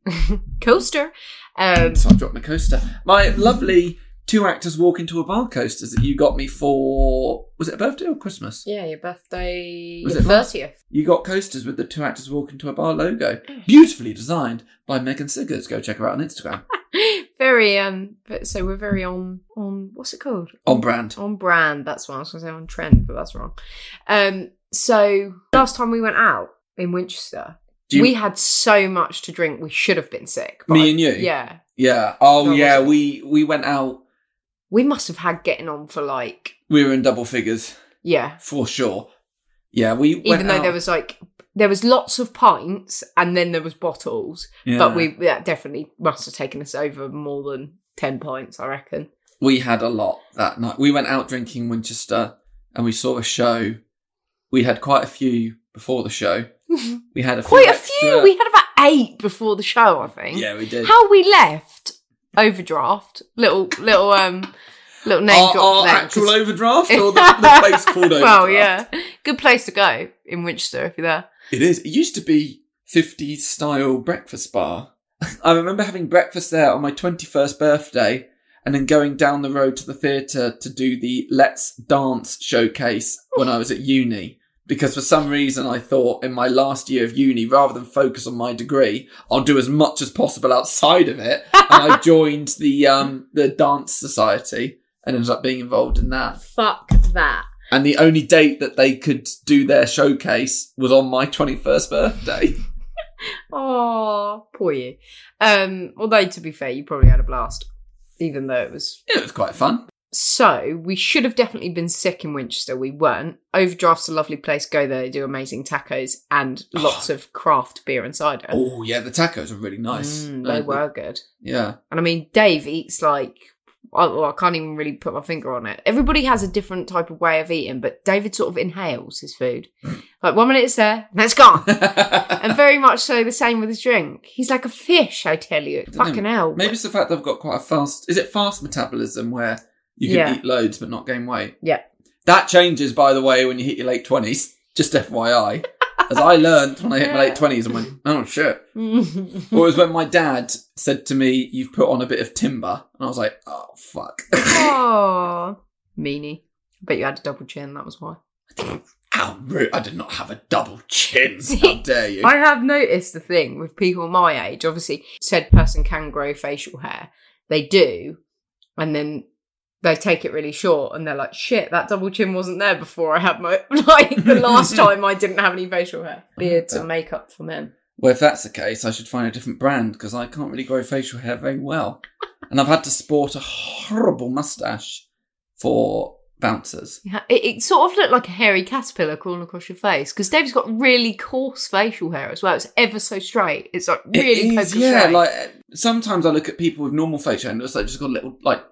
[laughs] coaster. Um, So I dropped my coaster. My lovely two actors walk into a bar coasters that you got me for was it a birthday or Christmas? yeah, your birthday, Was your it last- thirtieth. [gasps] You got coasters with the two actors walk into a bar logo, beautifully designed by Megan Siggers. Go check her out on Instagram. Very um, but so we're very on on what's it called On brand. on brand. That's what I was going to say on trend, but that's wrong. Um, so last time we went out in Winchester, Do you- we had so much to drink. We should have been sick. but Me I- and you? yeah. Yeah. Oh No, it yeah. wasn't. We we went out. We must have had getting on for like We were in double figures yeah. for sure. Yeah. We Even though there oh. was like there was lots of pints and then there was bottles, but we that definitely must have taken us over more than ten pints, I reckon. we had a lot that night. We went out drinking in Winchester and we saw a show. We had quite a few before the [laughs] show. We had a few Quite a extra- few. We had about eight before the show, I think. Yeah, we did. How we left overdraft, little little um little name our drop our for them, actual 'cause- overdraft or the, [laughs] the place called overdraft? well, yeah, good place to go in Winchester if you're there. It is. It used to be 50s style breakfast bar. [laughs] I remember having breakfast there on my 21st birthday and then going down the road to the theatre to do the Let's Dance showcase when I was at uni. Because for some reason, I thought in my last year of uni, rather than focus on my degree, I'll do as much as possible outside of it. and [laughs] I joined the um, the dance society and ended up being involved in that. Fuck that. And the only date that they could do their showcase was on my 21st birthday. Oh, poor you. Um, although to be fair, you probably had a blast, even though it was. It was quite fun. So we should have definitely been sick in Winchester. We weren't. Overdraft's a lovely place. Go there. They do amazing tacos and lots of craft beer and cider. Oh, yeah, the tacos are really nice. Mm, Uh, they were good. Yeah. [laughs] And I mean, Dave eats like. I, well, I can't even really put my finger on it. Everybody has a different type of way of eating, but David sort of inhales his food. Hmm. like one minute it's there, and it's gone. and very much so the same with his drink. He's like a fish, I tell you. know. Fucking hell. [laughs] Maybe it's the fact that I've got quite a fast. Is it fast metabolism where you can Yeah. eat loads but not gain weight? Yeah. That changes, by the way, when you hit your late 20s. Just FYI. As I learned when I hit my [laughs] late 20s and went, oh, shit. Or it was when my dad said to me, you've put on a bit of timber. And I was like, oh, fuck. oh, meanie. I bet you had a double chin. That was why. How rude. I did not have a double [laughs] chin. How dare you? I have noticed the thing with people my age. Obviously, said person can grow facial hair. They do, and then they take it really short, and they're like, "Shit, that double chin wasn't there before I had my [laughs] like the last time I didn't have any facial hair, beards or makeup for men." Well, if that's the case, I should find a different brand because I can't really grow facial hair very well. and I've had to sport a horrible mustache for bouncers. Yeah, it, it sort of looked like a hairy caterpillar crawling across your face because Dave's got really coarse facial hair as well. It's ever so straight. It's like It really is, poker yeah. straight. Like sometimes I look at people with normal facial hair and it's like just got a little like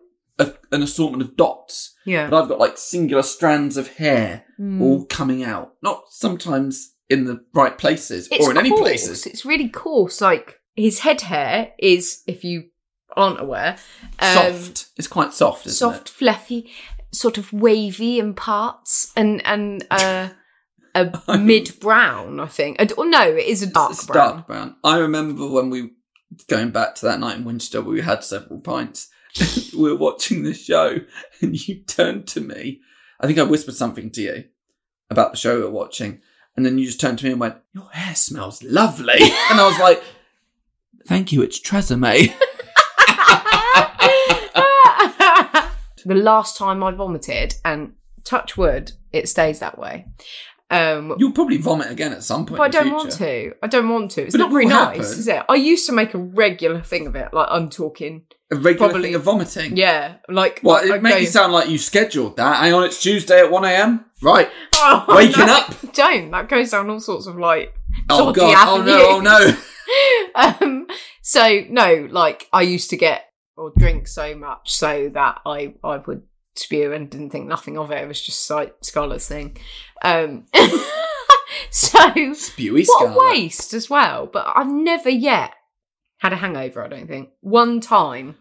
a, an assortment of dots, yeah. but I've got like singular strands of hair Mm. all coming out. Not sometimes in the right places or in any coarse. places. It's really coarse. Like his head hair is, if you aren't aware, um, soft. It's quite soft, isn't soft, fluffy, sort of wavy in parts, and and uh, [laughs] a mid brown, I think. And- Oh no, it is a it? dark It's brown. dark brown. I remember when we going back to that night in Winchester where we had several pints. [laughs] we were watching the show and you turned to me. I think I whispered something to you about the show we were watching. And then you just turned to me and went, Your hair smells [laughs] lovely. and I was like, Thank you, it's Tresemme. [laughs] [laughs] the last time I vomited, and touch wood, it stays that way. Um, You'll probably vomit again at some point. But I in the future. don't want to. I don't want to. It's But it not very will nice, happen. is it? I used to make a regular thing of it. Like I'm talking. A regular Probably. thing of vomiting. Yeah. Like Well, I- it I made go- you sound like you scheduled that. Hang on, it's Tuesday at 1am. Right. [laughs] Oh, waking up. Don't. That goes down all sorts of like Oh, dodgy God. Oh, no. Oh, avenues. no. [laughs] um so no, like I used to get or drink so much so that I I would spew and didn't think nothing of it. It was just like Scarlett's thing. Um [laughs] so Spewy what Scarlet. a waste as well. But I've never yet had a hangover, I don't think. One time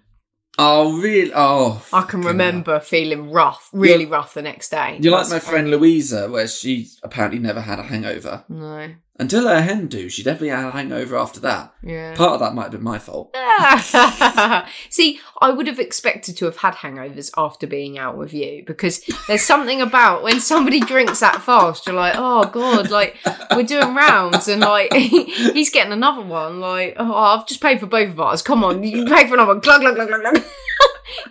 Oh, really? Oh. I fucking can remember feeling rough, really rough the next day. hell. You're like my That's- friend Louisa, where she apparently never had a hangover. No. Until her hen do, she definitely had a hangover after that. Yeah. Part of that might have been my fault. [laughs] See, I would have expected to have had hangovers after being out with you because there's something about when somebody drinks that fast, you're like, oh god, like we're doing rounds and like [laughs] he's getting another one. Like, oh, I've just paid for both of ours. Come on, you can pay for another. one. Glug glug glug glug glug. [laughs]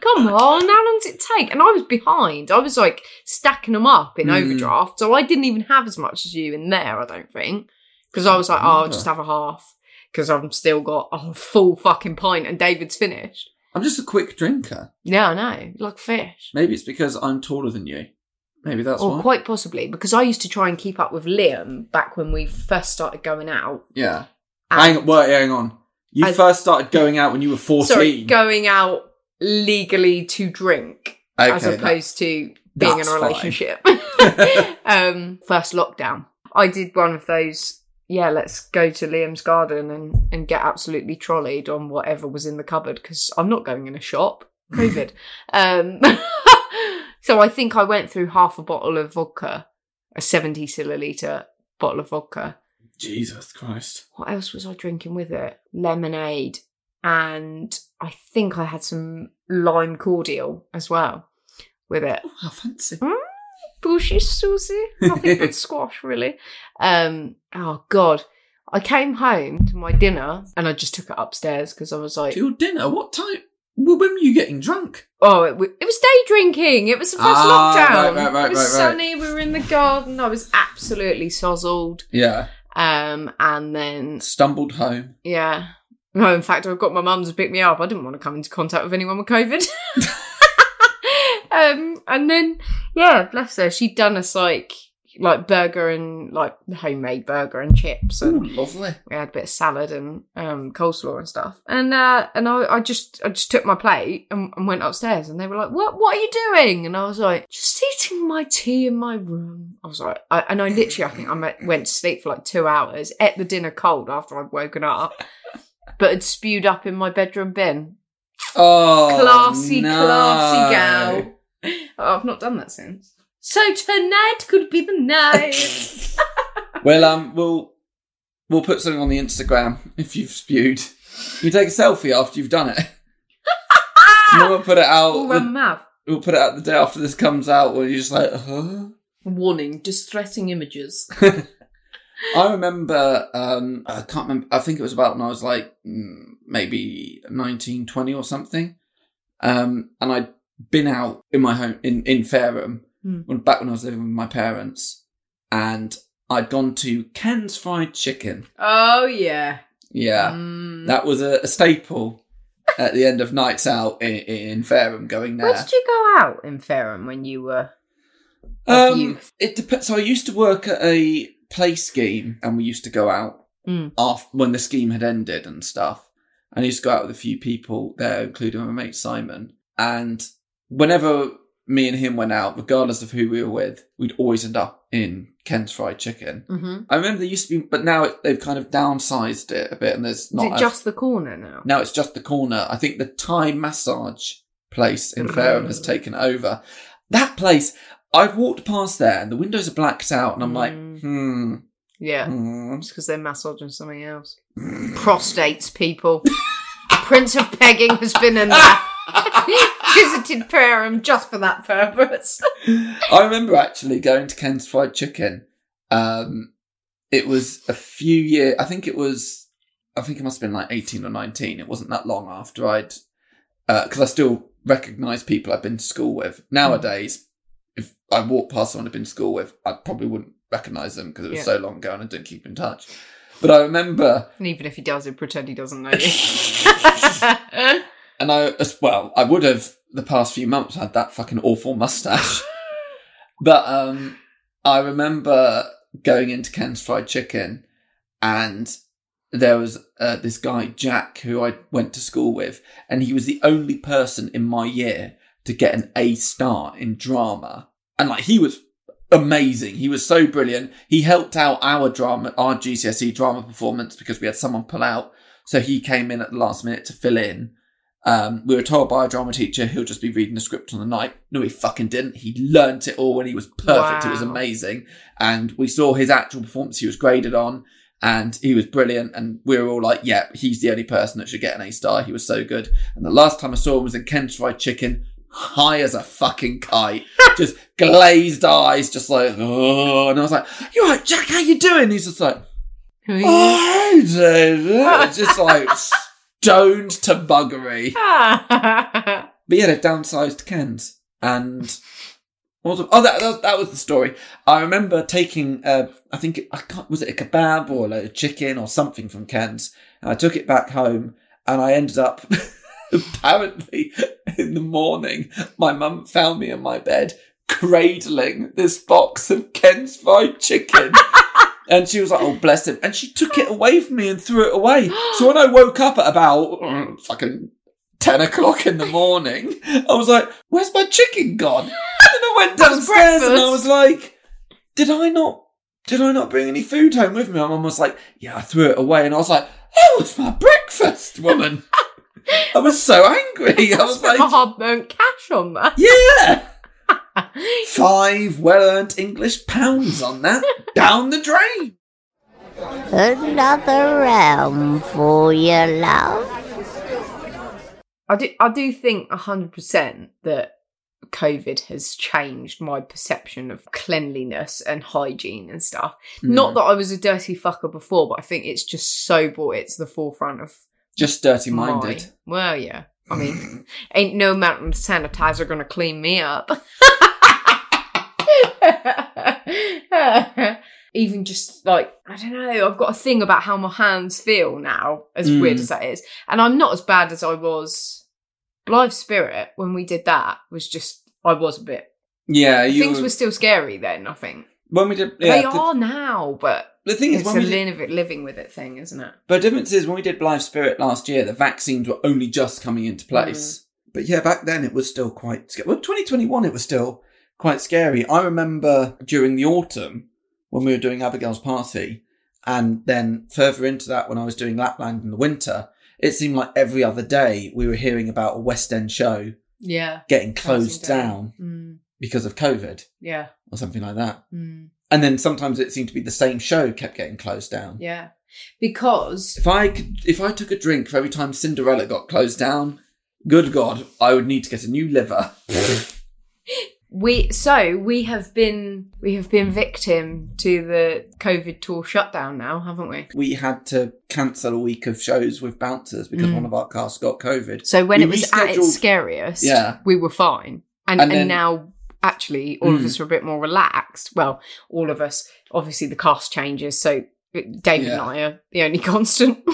Come on, how long does it take? And I was behind. I was like stacking them up in Mm. overdraft, so I didn't even have as much as you in there. I don't think because I was like, oh, I'll just have a half because I've still got a full fucking pint and David's finished. I'm just a quick drinker. Yeah, I know, like fish. Maybe it's because I'm taller than you. Maybe that's or why. quite possibly because I used to try and keep up with Liam back when we first started going out. yeah. And- Hang, well, hang on. You I- first started going out when you were 14. Sorry, going out legally to drink okay, as that- opposed to being in that's a fine. relationship. [laughs] um, first lockdown, I did one of those. Yeah, let's go to Liam's garden and and get absolutely trolleyed on whatever was in the cupboard because I'm not going in a shop. [laughs] COVID. um, [laughs] so I think I went through half a bottle of vodka, a 70 centiliter bottle of vodka. Jesus Christ. What else was I drinking with it? Lemonade, and I think I had some lime cordial as well with it Oh, how fancy. bushy Mm, Susie. Nothing [laughs] but squash, really. Um, oh God. I came home to my dinner and I just took it upstairs because I was like, To your dinner? What time? Well, when were you getting drunk? oh, it, w- it was day drinking. It was the first Ah, lockdown. right, right, right, it was right, right. sunny. We were in the garden. I was absolutely sozzled. Yeah. Um, and then, Stumbled home. yeah. No, in fact, I got my mum to pick me up. I didn't want to come into contact with anyone with COVID. um, and then, yeah, bless her. She'd done us like like burger and like homemade burger and chips, and Ooh, lovely. we had a bit of salad and um, coleslaw and stuff. And uh, and I, I just I just took my plate and, and went upstairs, and they were like, "What What are you doing?" And I was like, "Just eating my tea in my room." I was like, I, and I literally I think I met, went to sleep for like two hours, ate the dinner cold after I'd woken up, but had spewed up in my bedroom bin. Oh, Classy, no. classy gal. Oh, I've not done that since. So tonight could be [laughs] the night. [laughs] Well, um, we'll we'll put something on the Instagram if you've spewed. You take a selfie after you've done it. [laughs] and then we'll put it out. Ah! All the- round mouth. we'll put it out the day after this comes out. Where you're just like, huh? Warning: distressing images. I remember, um, I can't remember, I think it was about when I was like mm, maybe 19, 20 or something. Um, and I'd been out in my home, in, in Fareham, Mm. when, back when I was living with my parents. And I'd gone to Ken's Fried Chicken. Oh yeah. Yeah. Mm. That was a, a staple at the end of nights out in, in Fareham going there. Where did you go out in Fareham when you were? of Um, youth? it depends. So I used to work at a play scheme, and we used to go out Mm. after when the scheme had ended and stuff. And I used to go out with a few people there, including my mate Simon. And whenever me and him went out, regardless of who we were with, we'd always end up in Ken's Fried Chicken. Mm-hmm. I remember there used to be, but now it, they've kind of downsized it a bit, and there's Is not it as- just the corner now? now it's just the corner. I think the Thai massage place in Fareham has taken over. That place, I've walked past there and the windows are blacked out, and I'm like, Mm. hmm, Yeah, hmm. it's because they're massaging something else. Prostates, people. Prince of Pegging has been in there. hmm. [laughs] Visited Fareham just for that purpose. I remember actually going to Ken's Fried Chicken. Um, it was a few years. I think it was. I think it must have been like eighteen or nineteen. It wasn't that long after I'd, because I still recognise people I've been to school with. Nowadays, if I walk past someone I've been to school with, I probably wouldn't recognise them because it was Yeah. so long ago and I didn't keep in touch. But I remember [laughs] And even if he does, he'd pretend he doesn't [laughs] know [laughs] you. And I, as well, I would have the past few months had that fucking awful mustache. but um, I remember going into Ken's Fried Chicken and there was uh, this guy, Jack, who I went to school with, and he was the only person in my year to get an A star in drama. And like, he was amazing. He was so brilliant. He helped out our drama, our GCSE E drama performance because we had someone pull out. So he came in at the last minute to fill in. Um, we were told by a drama teacher he'll just be reading the script on the night. No, he fucking didn't. He learnt it all when he was perfect. It was Wow. amazing. And we saw his actual performance he was graded on and he was brilliant. And we were all like, yeah, he's the only person that should get an A star. He was so good. And the last time I saw him was in Ken's Fried Chicken, high as a fucking kite, [laughs] just glazed eyes, just like, oh. And I was like, you're right, Jack, how you doing? He's just like, Who are you? I don't know. It's just like [laughs] stoned to buggery. Ah. But yeah, they've downsized Ken's. And also, oh, that, that that was the story. I remember taking, uh, I think it, I can't, was it a kebab or like a chicken or something from Ken's? And I took it back home, and I ended up [laughs] apparently in the morning. My mum found me in my bed cradling this box of Ken's fried chicken. And she was like, "Oh, bless him!" And she took it away from me and threw it away. So when I woke up at about mm, fucking 10 o'clock in the morning. I was like, where's my chicken gone? And I went That's downstairs and I breakfast. was like, did I not, did I not bring any food home with me? My mum was like, yeah, I threw it away. And I was like, that was my breakfast, [laughs] woman. I was so angry. I was Spent my like, hard-earned cash on that. yeah, five well-earned English pounds on that down the drain. Another round for your love. I do I do think hundred percent that COVID has changed my perception of cleanliness and hygiene and stuff. Not that I was a dirty fucker before, but I think it's just so brought it to the forefront of Just dirty-minded. my- well, yeah. [laughs] I mean, ain't no mountain of sanitizer gonna clean me up. [laughs] Even just like I don't know, I've got a thing about how my hands feel now, as Mm. weird as that is, and I'm not as bad as I was. Live Spirit when we did that was just I was a bit Yeah, you. things were- were still scary then. I think when we did, yeah, they the, are now, but the thing is, it's when a we did- living with- living with it thing, isn't it? But the difference is when we did Live Spirit last year, the vaccines were only just coming into place. But yeah, back then it was still quite scary. Well, 2021, it was still quite scary. I remember during the autumn when we were doing Abigail's party, and then further into that, when I was doing Lapland in the winter, it seemed like every other day we were hearing about a West End show Yeah, getting closed down Mm, because of COVID yeah. or something like that. Mm, And then sometimes it seemed to be the same show kept getting closed down. yeah. Because If I could, if I took a drink for every time Cinderella got closed down, good God, I would need to get a new liver. We so we have been we have been victim to the COVID tour shutdown now, haven't we? We had to cancel a week of shows with bouncers because Mm. one of our cast got COVID. [laughs] So when We it was at its rescheduled- scariest, Yeah. we were fine. And, and, And then- now, actually, all of Mm. us are a bit more relaxed. Well, all of us, obviously, the cast changes. So David and Yeah. I are the only [laughs] constant.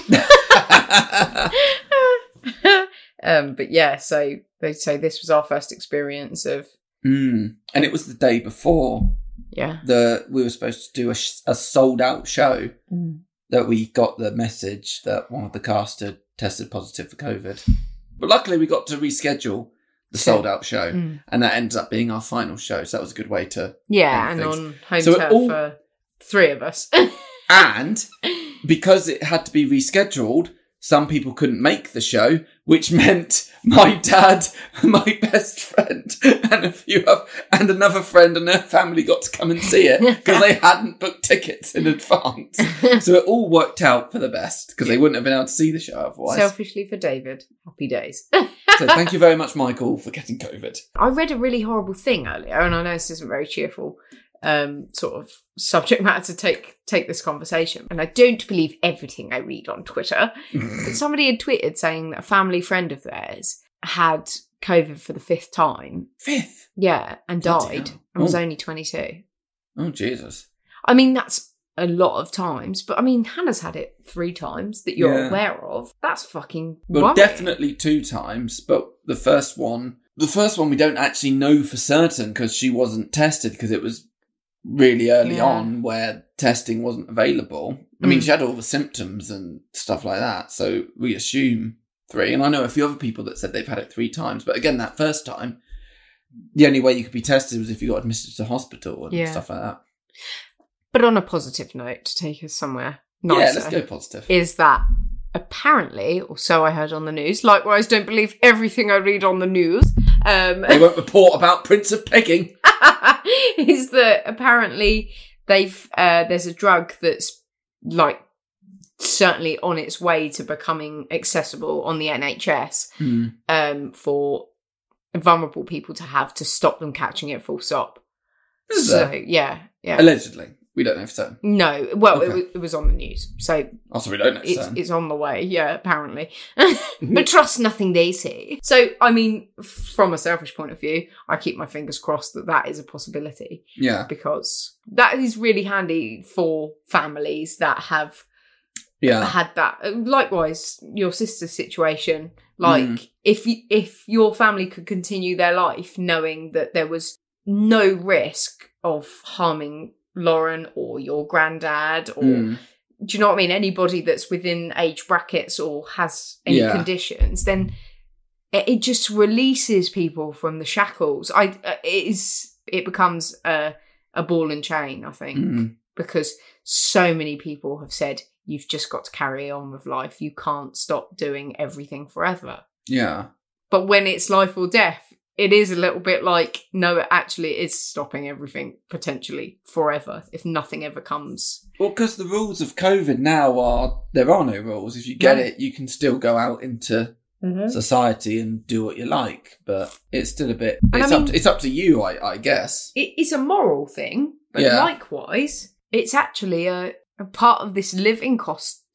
um, but yeah, so they say this was our first experience of, Mm. And it was the day before yeah. the we were supposed to do a, sh- a sold out show Mm. that we got the message that one of the cast had tested positive for COVID. But luckily, we got to reschedule the Sure. sold out show, Mm. and that ended up being our final show. So that was a good way to. Yeah, and And things. on home So it turf all- for three of us. [laughs] And because it had to be rescheduled, some people couldn't make the show, which meant my dad, [laughs] my best friend, [laughs] and a few of, and another friend and their family got to come and see it because they hadn't booked tickets in advance. So it all worked out for the best because they wouldn't have been able to see the show otherwise. Selfishly for David, happy days. [laughs] so thank you very much, Michael, for getting COVID. I read a really horrible thing earlier, and I know this isn't very cheerful um, sort of subject matter to take take this conversation. And I don't believe everything I read on Twitter, but somebody had tweeted saying that a family friend of theirs had COVID for the fifth time, Fifth. yeah, and Bloody died, hell. and was Oh. only twenty two. Oh Jesus. I mean, that's a lot of times, but I mean, Hannah's had it three times that you're Yeah. aware of. That's fucking Well, worrying. definitely two times, but the first one, the first one we don't actually know for certain because she wasn't tested because it was really early Yeah. on where testing wasn't available. I mean, Mm. she had all the symptoms and stuff like that, so we assume three. And I know a few other people that said they've had it three times, but again, that first time, the only way you could be tested was if you got admitted to hospital and Yeah. stuff like that. But on a positive note, to take us somewhere nicer. Yeah, let's go positive. is that apparently, or so I heard on the news, likewise, don't believe everything I read on the news, um, [laughs] they won't report about Prince of Pegging. is that apparently they've, uh, there's a drug that's like certainly on its way to becoming accessible on the NHS Hmm. um, for vulnerable people to have to stop them catching it full stop. Is So, there? yeah, yeah. Allegedly. We don't know for certain. no, well, it, Okay. wa- it was on the news. So Also, we don't know for it's, certain. it's on the way, yeah, [laughs] apparently. but trust nothing they say. So, I mean, from a selfish point of view, I keep my fingers crossed that that is a possibility yeah. because that is really handy for families that have Yeah. had that. Likewise, your sister's situation. Like, Mm. if you, if your family could continue their life knowing that there was no risk of harming Lauren or your granddad or Mm. do you know what I mean? Anybody that's within age brackets or has any Yeah. conditions, then it, it just releases people from the shackles. I uh, it is it becomes a a ball and chain, I think, Mm. because so many people have said you've just got to carry on with life. You can't stop doing everything forever. Yeah. But when it's life or death, it is a little bit like no, it actually is stopping everything potentially forever if nothing ever comes Well, because the rules of COVID now are there are no rules. If you get No. it, you can still go out into society and do what you like, but it's still a bit. I It's, up mean- to, it's up to you, I, I guess. it is a moral thing, but Yeah. likewise, it's actually a, a part of this living cost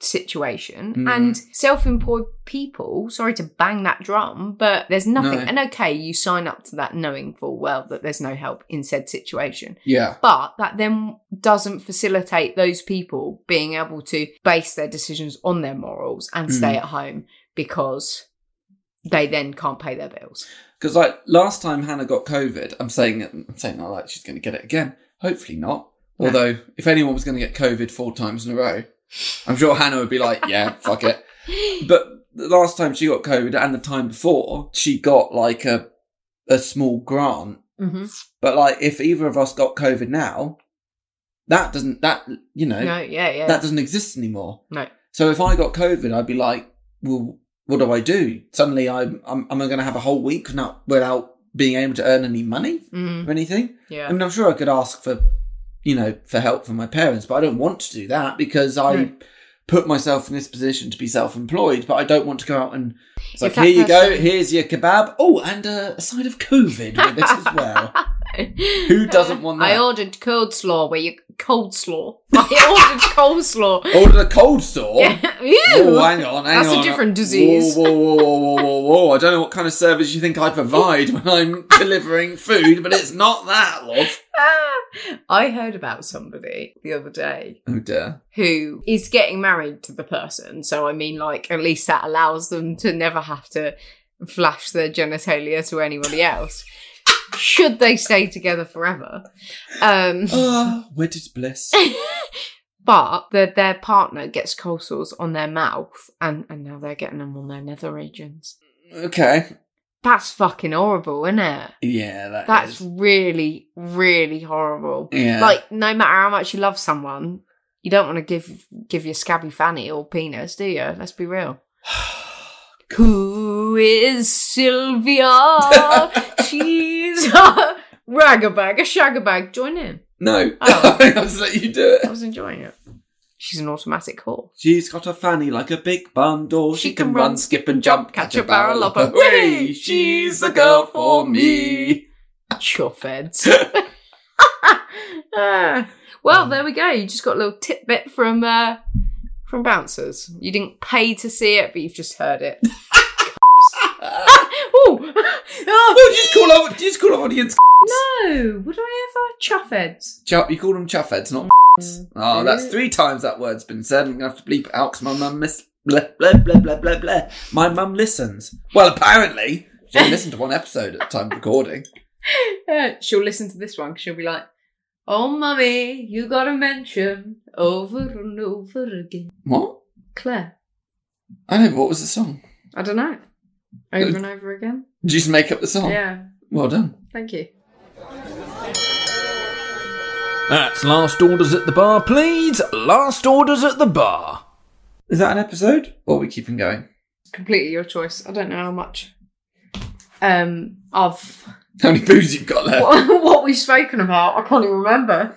situation. Mm. And self employed people, sorry to bang that drum, but there's nothing. No. And okay, you sign up to that knowing full well that there's no help in said situation. Yeah. But that then doesn't facilitate those people being able to base their decisions on their morals Hmm. and stay at home because they then can't pay their bills. Because like last time Hannah got COVID, I'm saying I'm saying that like she's going to get it again. Hopefully not. No. Although if anyone was going to get COVID four times in a row, I'm sure Hannah would be like, "Yeah, fuck it." But the last time she got COVID and the time before, she got like a a small grant. Mm-hmm. But like if either of us got COVID now, that doesn't that you know No, yeah, yeah. that doesn't exist anymore. No. So if I got COVID, I'd be like, well, what do I do? Suddenly I'm I'm, I'm going to have a whole week not without being able to earn any money Mm, or anything. yeah. I mean, I'm sure I could ask for, you know, for help from my parents, but I don't want to do that because I No. put myself in this position to be self-employed, but I don't want to go out and it's like, If here that you go, person- here's your kebab. Oh, and uh, a side of COVID with it as [laughs] well. Who doesn't want that? I ordered cold slaw where you cold slaw. [laughs] I ordered cold slaw. Ordered a cold [laughs] sore. Ew. Oh, hang on, hang That's a on. different disease. Whoa, whoa, whoa, whoa, whoa, whoa, whoa. I don't know what kind of service you think I provide when [laughs] I'm delivering food, but it's not that, love. [laughs] I heard about somebody the other day Oh, [sighs] dear. who is getting married to the person. So I mean, like, at least that allows them to never have to flash their genitalia to anybody else. Should they stay together forever? Um, [laughs] Ah, wedded bliss. but the, their partner gets cold sores on their mouth, and, and now they're getting them on their nether regions. Okay. That's fucking horrible, isn't it? Yeah, that That's is- really, really horrible. Yeah. Like, no matter how much you love someone, you don't want to give give your scabby fanny or penis, do you? Let's be real. Who is [laughs] Sylvia? She's a ragabag, a shagabag. Join in. [sighs] No. Oh. [laughs] I was let you do I it. was enjoying it. She's an automatic whore. She's got a fanny like a big bundle. She, can, run, skip, and jump. catch a barrel up a- way. She's the girl for me. Sure, feds. [laughs] Ah. well, there we go. You just got a little tidbit from uh, from bouncers. You didn't pay to see it, but you've just heard it. [laughs] Ooh. Oh, just call our, just call our audience. No, would I ever chuff heads? Chuff, you call them chuffheads, not Mm, Oh, that's three times that word's been said. I'm gonna have to bleep it out because my mum miss bleh, bleh, bleh, bleh, bleh, bleh. My mum listens. Well, apparently she only listened to one episode at the time of recording. Uh, she'll listen to this one because she'll be like, "Oh, mummy, you got to mention over and over again, What? Claire." I know. but What was the song? I don't know. Over and over again. Did you just make up the song? Yeah. Well done. Thank you. That's last orders at the bar, please. Last orders at the bar. Is that an episode? Or are we keeping going? completely your choice. I don't know how much um of [laughs] How many booze you've got left? what, what we've spoken about. I can't even remember.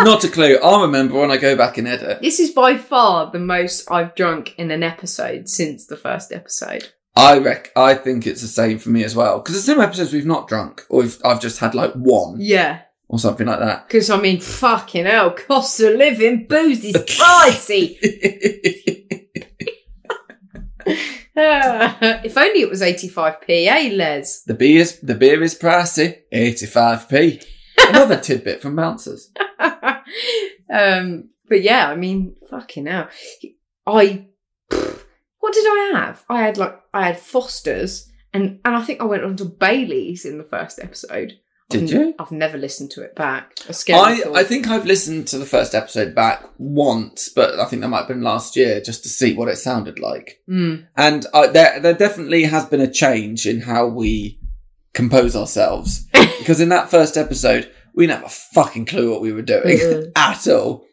Not a clue. I'll remember when I go back and edit. This is by far the most I've drunk in an episode since the first episode. I rec. I think it's the same for me as well. Because there's some episodes we've not drunk, or we've, I've just had like one Yeah, or something like that. [laughs] because I mean, fucking hell, cost of living, booze is pricey. [laughs] Ah, if only it was eighty-five p, eh, Les? The beer is the beer is pricey, eighty five p. Another tidbit from Bouncers. um, but yeah, I mean, fucking hell. I, pfft, what did I have? I had like, I had Foster's and, and I think I went on to Bailey's in the first episode. Did I've- you? I've never listened to it back. A scary I, thought. I think I've listened to the first episode back once, but I think that might have been last year just to see what it sounded like. Mm. And uh, there there definitely has been a change in how we compose ourselves [laughs] because in that first episode we didn't have a fucking clue what we were doing [laughs] at all.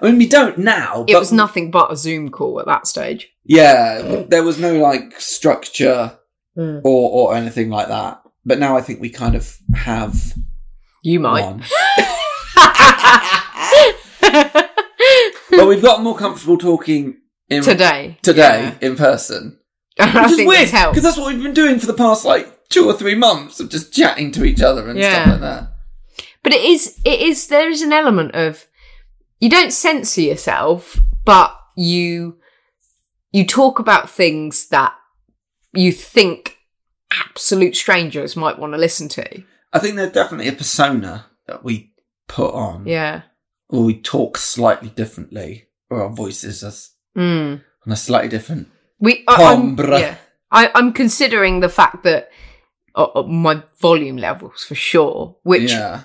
I mean, we don't now. It but was nothing but a Zoom call at that stage. Yeah, there was no like structure Mm. or or anything like that. But now I think we kind of have You [laughs] might. one. but we've gotten more comfortable talking in Today. today in person, Yeah. [laughs] I which is think weird it's helped. because that's what we've been doing for the past like two or three months of just chatting to each other and Yeah. stuff like that. But it is, it is, there is an element of you don't censor yourself, but you, you talk about things that you think absolute strangers might want to listen to. I think there's definitely a persona that we put on, Yeah. or we talk slightly differently, or our voices are s- Mm. on a slightly different. We, I, I'm, Timbre. yeah. I, I'm considering the fact that uh, uh, my volume levels for sure, which yeah,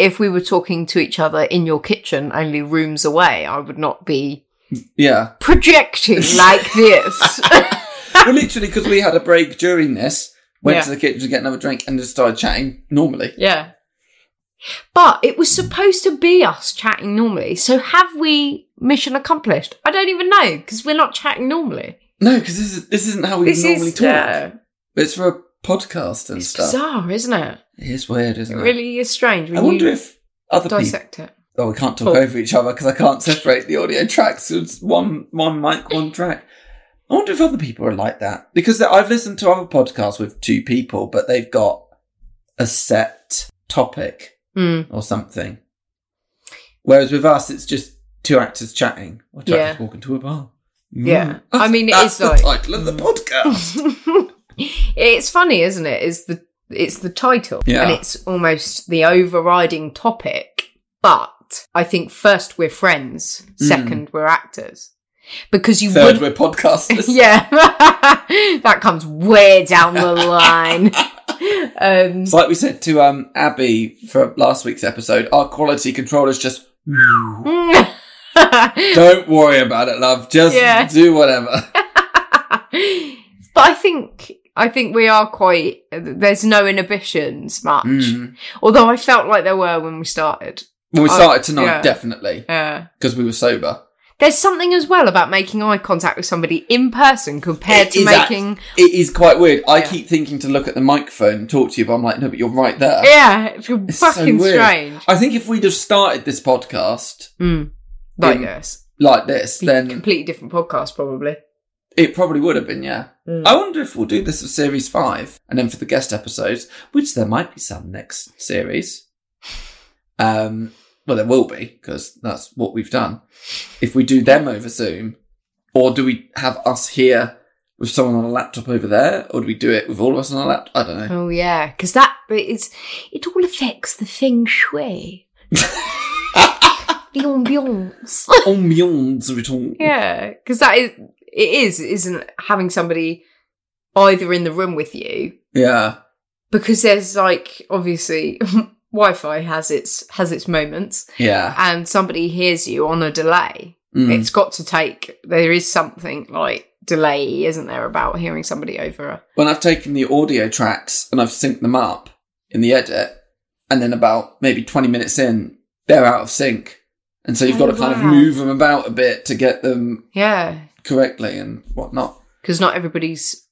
if we were talking to each other in your kitchen, only rooms away, I would not be yeah. [laughs] projecting like this. well, literally, because we had a break during this, went Yeah. to the kitchen to get another drink, and just started chatting normally. Yeah. But it was supposed to be us chatting normally. So have we mission accomplished? I don't even know because we're not chatting normally. No, because this, is, this isn't how we This normally is talk. uh, It's for a podcast and it's stuff. bizarre, isn't it? It is weird, It isn't it? really is strange. When I wonder you if other people. dissect it. Oh, we can't talk Cool. over each other because I can't separate the audio tracks. It's one one mic, one track. I wonder if other people are like that because I've listened to other podcasts with two people, but they've got a set topic Mm. or something. Whereas with us, it's just two actors chatting or two Yeah. actors walking to a bar. Yeah. Mm. I mean, it That's is the like- Mm. title of the podcast. Oh. it's funny, isn't it? Is the it's the title Yeah. and it's almost the overriding topic. But I think first we're friends, second we're actors, because [laughs] you Hmm. Third, would. we're [laughs] podcasters. [laughs] Yeah, that comes way down the [laughs] line. um, [laughs] It's like we said to um Abby for last week's episode. Our quality control is just. Don't worry about it, love. Just Yeah. do [laughs] whatever. but I think I think we are quite. There's no inhibitions much, Mm-hmm. although I felt like there were when we started. When we I- started tonight, yeah. definitely, Yeah. because we were sober. There's something as well about making eye contact with somebody in person compared It to is act- making. It is quite weird. I Yeah. keep thinking to look at the microphone and talk to you, but I'm like, no, but you're right there. yeah, it's It's so fucking weird. strange. I think if we'd have started this podcast Mm. Like Yeah. this, like this, Be then completely different podcast probably. it probably would have been, yeah. I wonder if we'll do this for series five, and then for the guest episodes, which there might be some next series. Um, well, there will be because that's what we've done. If we do them over Zoom, or do we have us here with someone on a laptop over there, or do we do it with all of us on a laptop? I [laughs] don't know. Oh yeah, because that is it all affects the feng [laughs] shui, the ambiance. Ambiance of it all. Yeah, because that is it is isn't having somebody either in the room with you Yeah. because there's like obviously [laughs] Wi-Fi has its has its moments Yeah. and somebody hears you on a delay. Mm. It's got to take there is something like delay, isn't there, about hearing somebody over a when I've taken the audio tracks and I've synced them up in the edit, and then about maybe 20 minutes in, they're out of sync. And so you've got Oh, to kind wow. of move them about a bit to get them yeah correctly and whatnot. because not everybody's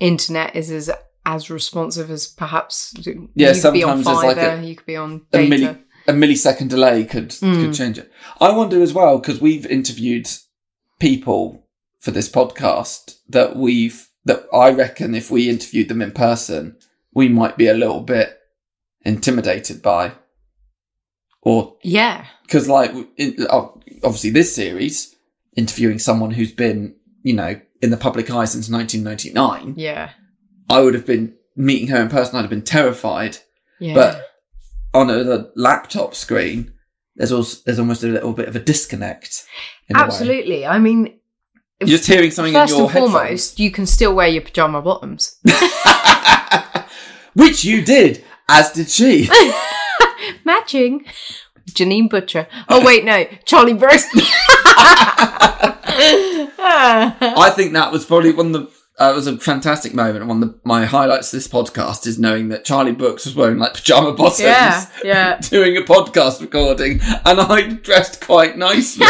internet is as as responsive as perhaps Yeah, you could be on sometimes there's like a- fiber, you could be on A, data. Hmm. milli- a millisecond delay could, could change it. I wonder as well, because we've interviewed people for this podcast that we've, that I reckon if we interviewed them in person, we might be a little bit intimidated by or yeah, because like in, oh, obviously this series interviewing someone who's been you know in the public eye since 1999 yeah, i would have been meeting her in person i'd have been terrified yeah. but on a, the laptop screen there's also there's almost a little bit of a disconnect in a way. Absolutely. I mean, you're just hearing something first in your and foremost, you can still wear your pajama bottoms. [laughs] headphones [laughs] which you did as did she Matching. Janine Butcher. Oh wait, no, [laughs] Charlie [laughs] Brooks. Ah, I think that was probably one of the. Uh, it was a fantastic moment. One of the, my highlights of this podcast is knowing that Charlie Brooks was wearing like pajama bottoms, yeah, yeah. [laughs] doing a podcast recording, and I dressed quite nicely,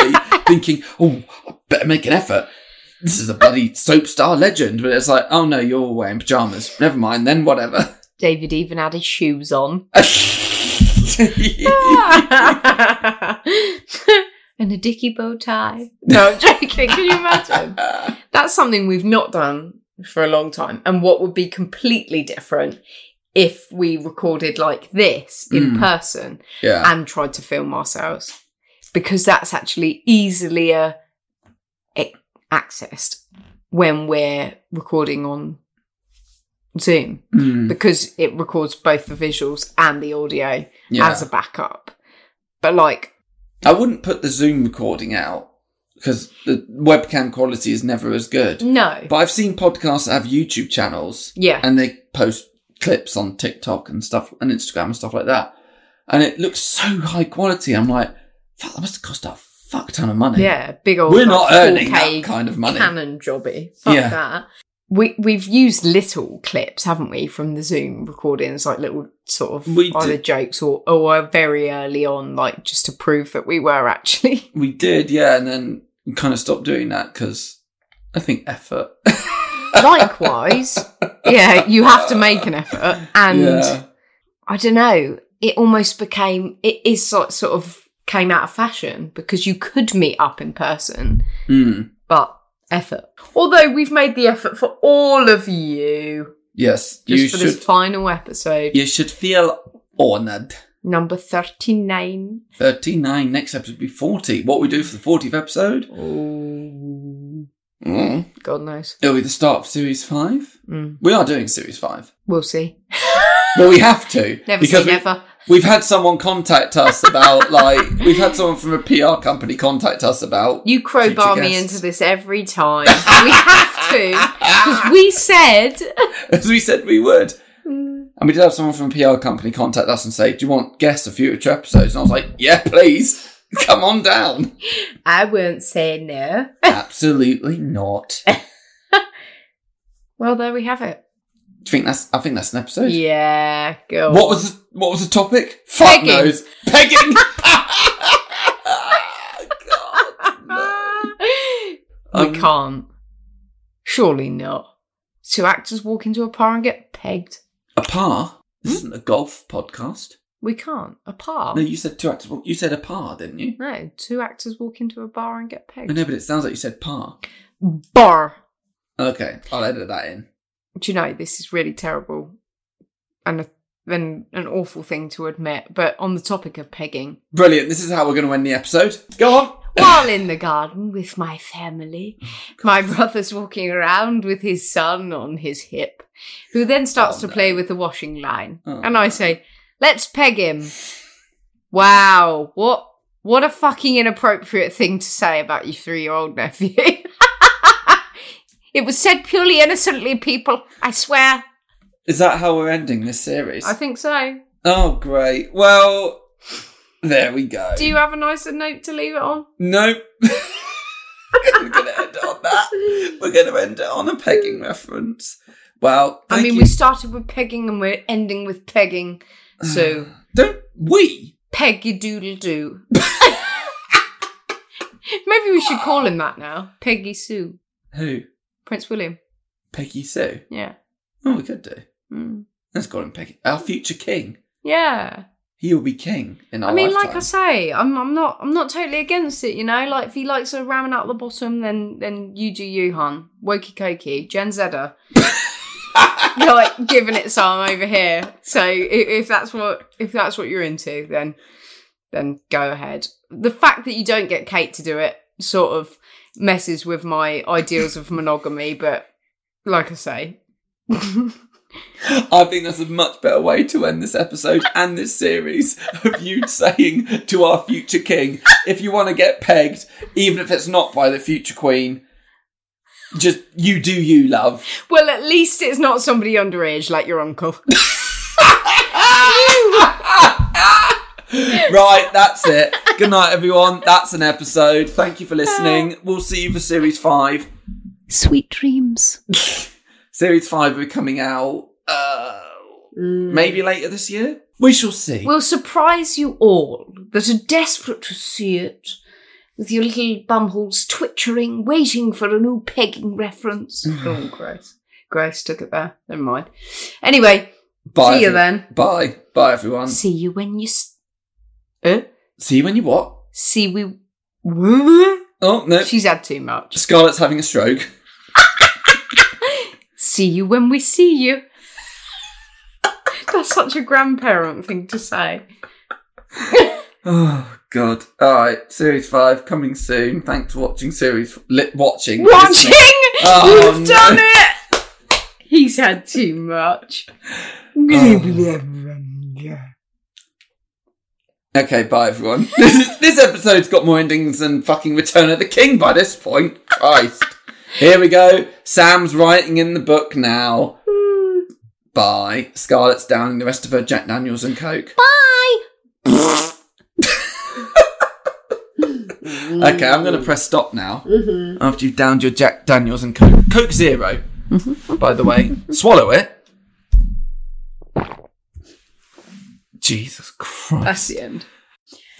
thinking, "Oh, I better make an effort." This is a bloody soap star legend, but it's like, "Oh no, you're wearing pajamas. Never mind then, whatever." [laughs] David even had his shoes on. [laughs] and a dicky bow tie. No, I'm joking. Can you imagine? That's something we've not done for a long time. And what would be completely different if we recorded like this in Mm. person yeah, and tried to film ourselves? Because that's actually easily uh, a- accessed when we're recording on Zoom Mm, because it records both the visuals and the audio yeah. as a backup. But like, I wouldn't put the Zoom recording out because the webcam quality is never as good. no. But I've seen podcasts that have YouTube channels yeah. and they post clips on TikTok and stuff and Instagram and stuff like that. And it looks so high quality. I'm like, fuck, that must have cost a fuck ton of money. yeah. Big old. We're not like, earning 4K that kind of money. Canon jobby. Fuck Yeah. that. We, we've used little clips, haven't we, from the Zoom recordings, like little sort of We either did. jokes or, or very early on, like just to prove that we were actually. [laughs] We did, yeah. And then we kind of stopped doing that because I think effort. [laughs] Likewise, yeah, you have to make an effort. And yeah. I don't know, it almost became, it is sort, sort of came out of fashion because you could meet up in person, Mm. but effort. Although we've made the effort for all of you Yes, just you for should. this final episode, you should feel honoured. number 39. Thirty-nine. Next episode will be forty. What we do for the fortieth episode? Oh, Mm. God knows. It'll be the start of series five. Mm. We are doing series five, We'll see. but we have to Never because say we, never. We've had someone contact us about [laughs] like we've had someone from a PR company contact us [laughs] about You crowbar Future me guests. into this every time. [laughs] we have to. Because we said. [laughs] as we said we would. And we did have someone from a PR company contact us and say, Do you want guests of future episodes? And I was like, Yeah, please. [laughs] Come on [laughs] down. I won't say no. Absolutely not. Do Well, there we have it. you think that's I think that's an episode? Yeah, go. What was the, what was the topic? Fuck Pegging. knows. [laughs] Pegging. [laughs] Oh, we Ah. Um, can't. Surely not. Two actors walk into a par and get pegged. a par. This Hmm? isn't a golf podcast. We can't. A par. No, you said two actors. You said a par, didn't you? No, two actors walk into a bar and get I pegged. know, but it sounds like you said par. Bar. Okay, I'll edit that in. do you know this is really terrible and a, and an awful thing to admit but on the topic of pegging Brilliant. This is how we're going to end the episode. Go on. while in the garden with my family Mm. my brother's walking around with his son on his hip who then starts Oh, to no. play with the washing line Oh, and i say let's peg him wow what what a fucking inappropriate thing to say about your three-year-old nephew [laughs] it was said purely innocently people i swear Is that how we're ending this series? i think so oh, great. Well, there we go. Do you have a nicer note to leave it on? Nope. [laughs] we're going to end it on that. We're going to end it on a pegging reference. Well, I thank mean, you. we started with pegging and we're ending with pegging. So, Uh, don't we? Peggy Doodle Doo. [laughs] Maybe we should call him that now. Peggy Sue. Who? Prince William. Peggy Sue. Yeah. Oh, we could do. Mm. Let's call him Peggy. Our future king. Yeah. He will be king in our I mean, lifetime. like I say, I'm, I'm not I'm not totally against it, you know? Like, if he likes a ramen out the bottom, then then you do you, hon. Wokey cokey. Gen [laughs] Zedder. like, giving it some over here. So, i- if that's what if that's what you're into, then then go ahead. The fact that you don't get Kate to do it sort of messes with my ideals of monogamy, but like I say, I think that's a much better way to end this episode [laughs] and this series of you saying to our future king, if you want to get pegged, even if it's not by the future queen, just you do you, [laughs] love. well, at least it's not somebody underage like your uncle. Right, that's it. Good night, everyone. That's an episode. Thank you for listening. We'll see you for series five. Sweet dreams. [laughs] Series five will be coming out uh, Mm. maybe later this year. We shall see. will surprise you all that are desperate to see it, with your little bumholes twitchering, waiting for a new pegging reference. [sighs] oh, Grace. Grace took it there. Never mind. Anyway, Bye. see you every- then. Bye. Bye, everyone. See you when you. S- Um, eh? See you when you what? See we. Oh, no. [laughs] She's had too much. Scarlett's having a stroke. See you when we see you. [laughs] That's such a grandparent thing to say. Oh God! All right, series five coming soon. Thanks for watching series li- watching. watching. Oh, You've no. [laughs] done it. He's had too much. Okay, bye everyone. [laughs] this, this episode's got more endings than fucking Return of the King by this point. Christ! Here we go. Sam's writing in the book now. Bye. Scarlett's downing the rest of her Jack Daniels and Coke. Bye. [laughs] okay, I'm gonna press stop now. After you've downed your Jack Daniels and Coke, Coke 0 by the way. Swallow it. Jesus Christ. That's the end.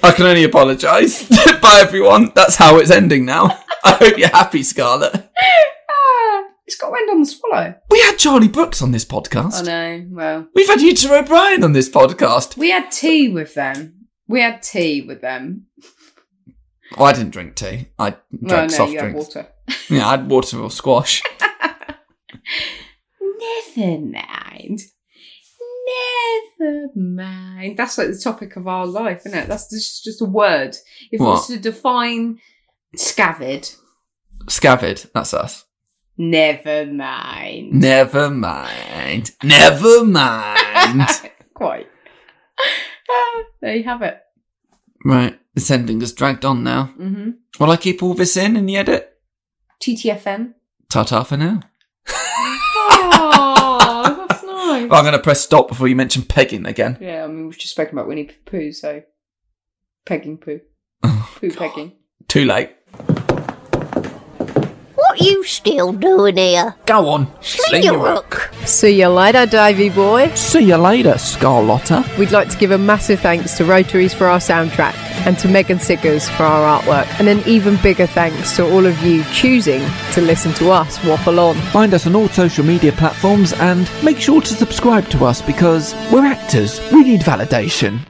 I can only apologise. [laughs] Bye, everyone. That's how it's ending now. [laughs] I hope you're happy, Scarlett. Ah, it's got to end on the swallow. We had Charlie Brooks on this podcast. know. Oh, Well, We've had Utero O'Brien on this podcast. we had tea with them. We had tea with them. Oh, I didn't drink tea. I drank No, no, soft you had drinks. water. Yeah, I had water or squash. Never mind. Never mind. That's like the topic of our life, isn't it? That's just, just a word. If it was What? to define scavid, Scavid, that's us. never mind. Never mind. Never [laughs] mind. Quite. Ah, there you have it. right, this ending has dragged on now. Mm-hmm. Will I keep all this in in the edit? TTFN. Ta ta for now. Oh, [laughs] that's nice. But I'm going to press stop before you mention pegging again. Yeah, I mean, we've just spoken about Winnie the Pooh, so pegging poo. poo pegging. Too late. What you still doing here? Go on. Sling your hook. See you later, Davy boy. See you later, Scarlotta. We'd like to give a massive thanks to Rotaries for our soundtrack and to Megan Siggers for our artwork, and an even bigger thanks to all of you choosing to listen to us waffle on. Find us on all social media platforms and make sure to subscribe to us because we're actors. We need validation.